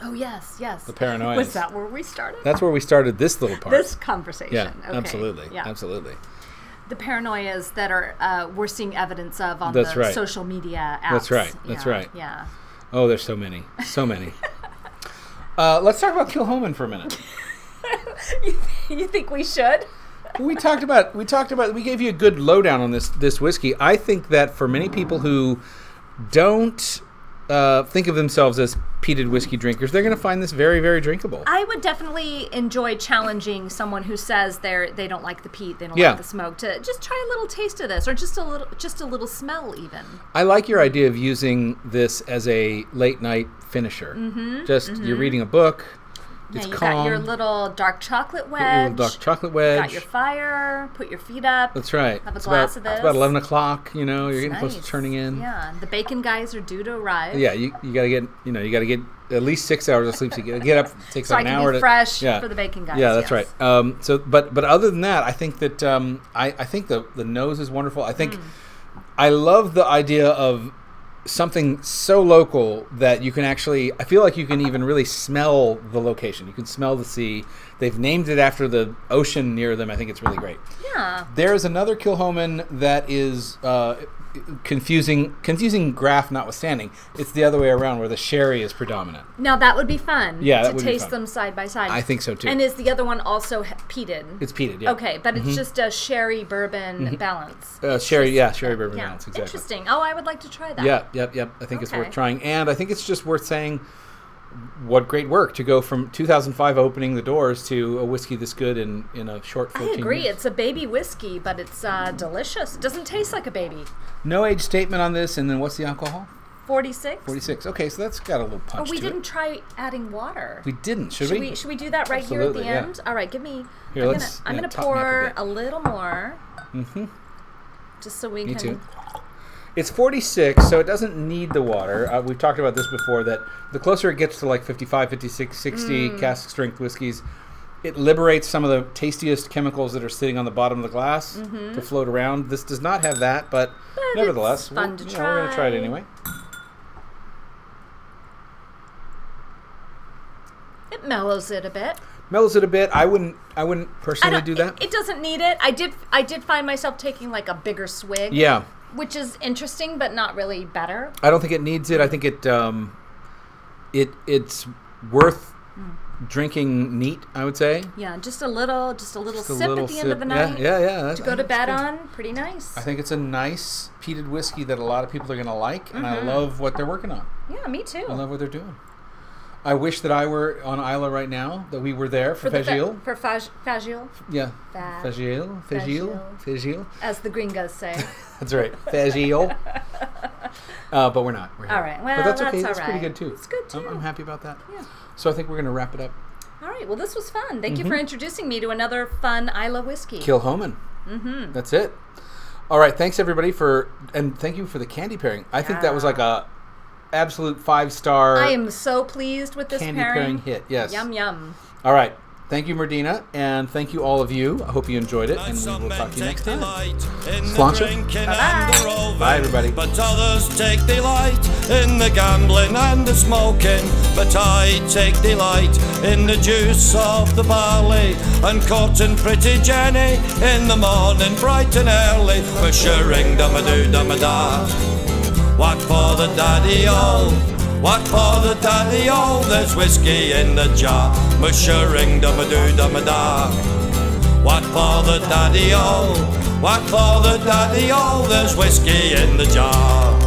Speaker 3: Oh yes, yes. The
Speaker 2: paranoias.
Speaker 3: Was that where we started?
Speaker 2: That's where we started this little part.
Speaker 3: this conversation.
Speaker 2: yeah,
Speaker 3: Okay.
Speaker 2: absolutely,
Speaker 3: Yeah.
Speaker 2: absolutely.
Speaker 3: The paranoias that are uh, we're seeing evidence of on
Speaker 2: That's
Speaker 3: the
Speaker 2: right.
Speaker 3: social media apps.
Speaker 2: That's right, that's
Speaker 3: yeah.
Speaker 2: right.
Speaker 3: Yeah.
Speaker 2: Oh, there's so many, so many. uh, let's talk about Kilhoman for a minute.
Speaker 3: you think we should?
Speaker 2: we talked about we talked about we gave you a good lowdown on this this whiskey. I think that for many people who don't uh, think of themselves as peated whiskey drinkers, they're going to find this very very drinkable.
Speaker 3: I would definitely enjoy challenging someone who says they're they don't like the peat, they don't
Speaker 2: Yeah.
Speaker 3: like the smoke, to just try a little taste of this, or just a little, just a little smell, even.
Speaker 2: I like your idea of using this as a late night finisher. Mm-hmm, Just you're reading a book,
Speaker 3: mm-hmm. Yeah,
Speaker 2: it's
Speaker 3: you
Speaker 2: calm.
Speaker 3: got your little dark chocolate wedge.
Speaker 2: Your little dark chocolate wedge.
Speaker 3: Got your fire. Put your feet up.
Speaker 2: That's right.
Speaker 3: Have a
Speaker 2: it's about,
Speaker 3: glass of this.
Speaker 2: It's about 11 o'clock, you know, you're
Speaker 3: It's
Speaker 2: getting close to
Speaker 3: nice.
Speaker 2: turning in.
Speaker 3: Yeah, the bacon guys are due to arrive.
Speaker 2: Yeah, you, you gotta get you know you gotta get at least six hours of sleep to get, get up. It takes
Speaker 3: So
Speaker 2: like
Speaker 3: I
Speaker 2: an
Speaker 3: can be
Speaker 2: hour to
Speaker 3: fresh
Speaker 2: yeah.
Speaker 3: for the bacon guys,
Speaker 2: Yeah, that's
Speaker 3: yes.
Speaker 2: right. Um, so, but but other than that, I think that um, I I think the the nose is wonderful. I
Speaker 3: Mm.
Speaker 2: think I love the idea of something so local that you can actually I feel like you can even really smell the location. You can smell the sea. They've named it after the ocean near them. I think it's really great.
Speaker 3: Yeah.
Speaker 2: There is another Kilhoman that is uh, confusing. Confusing graph notwithstanding, it's the other way around where the sherry is predominant.
Speaker 3: Now that would be fun.
Speaker 2: Yeah, that
Speaker 3: to
Speaker 2: would be
Speaker 3: taste
Speaker 2: fun.
Speaker 3: them side by side.
Speaker 2: I think so, too.
Speaker 3: And is the other one also he- peated?
Speaker 2: It's peated. Yeah. Mm-hmm.
Speaker 3: Okay, but it's just a sherry bourbon balance.
Speaker 2: Uh, sherry, yeah, sherry bourbon
Speaker 3: yeah,
Speaker 2: balance, exactly.
Speaker 3: interesting. Oh, I would like to try that.
Speaker 2: Yeah, yep, yep. I think it's worth
Speaker 3: Okay.
Speaker 2: trying, and I think it's just worth saying what great work to go from 2005 opening the doors to a whiskey this good in in a short
Speaker 3: I
Speaker 2: 14
Speaker 3: agree.
Speaker 2: years.
Speaker 3: It's a baby whiskey, but it's uh, delicious. It doesn't taste like a baby.
Speaker 2: No age statement on this, and then what's the alcohol?
Speaker 3: 46?
Speaker 2: 46. Okay, so that's got a little
Speaker 3: Oh,
Speaker 2: punch
Speaker 3: we
Speaker 2: to
Speaker 3: didn't
Speaker 2: it.
Speaker 3: try adding water.
Speaker 2: We didn't. Should,
Speaker 3: should
Speaker 2: we?
Speaker 3: we should we do that right
Speaker 2: Absolutely,
Speaker 3: here at
Speaker 2: yeah.
Speaker 3: the end? All right, give me.
Speaker 2: Here,
Speaker 3: I'm
Speaker 2: let's,
Speaker 3: gonna, I'm
Speaker 2: yeah, totten it
Speaker 3: gonna
Speaker 2: up a
Speaker 3: pour
Speaker 2: bit.
Speaker 3: a, little more. Mm-hmm. Just so we
Speaker 2: Me
Speaker 3: can.
Speaker 2: too. It's 46, so it doesn't need the water. Uh, we've talked about this before that the closer it gets to like 55, 56, 60
Speaker 3: Mm.
Speaker 2: cask strength whiskeys, it liberates some of the tastiest chemicals that are sitting on the bottom of the glass to float around. This does not have that, but, nevertheless,
Speaker 3: Mm-hmm. it's fun
Speaker 2: we're,
Speaker 3: to
Speaker 2: you know, we're gonna try it
Speaker 3: try.
Speaker 2: anyway.
Speaker 3: It mellows it a bit.
Speaker 2: Mellows it a bit. I wouldn't. I wouldn't
Speaker 3: I
Speaker 2: personally
Speaker 3: don't-
Speaker 2: do
Speaker 3: it-
Speaker 2: that.
Speaker 3: It, doesn't need it. I did. I did find myself taking like a bigger swig.
Speaker 2: yeah,
Speaker 3: which is interesting, but not really better.
Speaker 2: I don't think it needs it. I think it. Um, it it's worth
Speaker 3: Mm.
Speaker 2: drinking neat. I would say.
Speaker 3: Yeah, just a little, just a little
Speaker 2: Just a
Speaker 3: sip
Speaker 2: little
Speaker 3: at the end of the
Speaker 2: sip.
Speaker 3: night.
Speaker 2: Yeah, yeah, yeah. that's-
Speaker 3: To go
Speaker 2: I
Speaker 3: to
Speaker 2: think it's
Speaker 3: bed
Speaker 2: good.
Speaker 3: on, pretty nice.
Speaker 2: I think it's a nice peated whiskey that a lot of people are going to like, and
Speaker 3: Mm-hmm.
Speaker 2: I love what they're working on.
Speaker 3: yeah, me too.
Speaker 2: I love what they're doing. I wish that I were on Isla right now, that we were there for,
Speaker 3: the fa-
Speaker 2: Fagil.
Speaker 3: for fag- Fagil,
Speaker 2: yeah.
Speaker 3: Fa-
Speaker 2: Fagil. Fagil. Fagil.
Speaker 3: as the gringos say.
Speaker 2: That's right. Fagil. uh, but we're not. We're
Speaker 3: All
Speaker 2: here.
Speaker 3: right, well,
Speaker 2: but that's,
Speaker 3: that's
Speaker 2: okay.
Speaker 3: all
Speaker 2: That's pretty
Speaker 3: right.
Speaker 2: good, too.
Speaker 3: It's good,
Speaker 2: I'm, I'm
Speaker 3: too.
Speaker 2: happy about that.
Speaker 3: Yeah.
Speaker 2: So I think we're going to wrap it up.
Speaker 3: All right, well, this was fun. Thank you for introducing me to another fun Isla whiskey.
Speaker 2: Mm-hmm. Kill Homan. Mm-hmm. That's it. All right. Thanks everybody for and thank you for the candy pairing. I think that was like a absolute five star.
Speaker 3: I am so pleased with this
Speaker 2: Candy pairing hit, yes.
Speaker 3: Yum yum.
Speaker 2: All right. Thank you, Merdina, and thank you all of you. I hope you enjoyed it, and we
Speaker 1: Some
Speaker 2: will
Speaker 1: men
Speaker 2: talk to you
Speaker 1: take
Speaker 2: next time.
Speaker 1: delight in the
Speaker 2: Sláinte.
Speaker 1: drinking and
Speaker 3: Bye-bye.
Speaker 1: the roving.
Speaker 2: Bye, everybody.
Speaker 1: But others take delight in the gambling and the smoking. But I take delight in the juice of the barley and courting pretty Jenny in the morning, bright and early. For shirring, dum a doo, dum a da. What for the daddy all? What for the daddy all? There's whiskey in the jar. Mushering dum a doo dum a da. What for the daddy all? What for the daddy all? There's whiskey in the jar.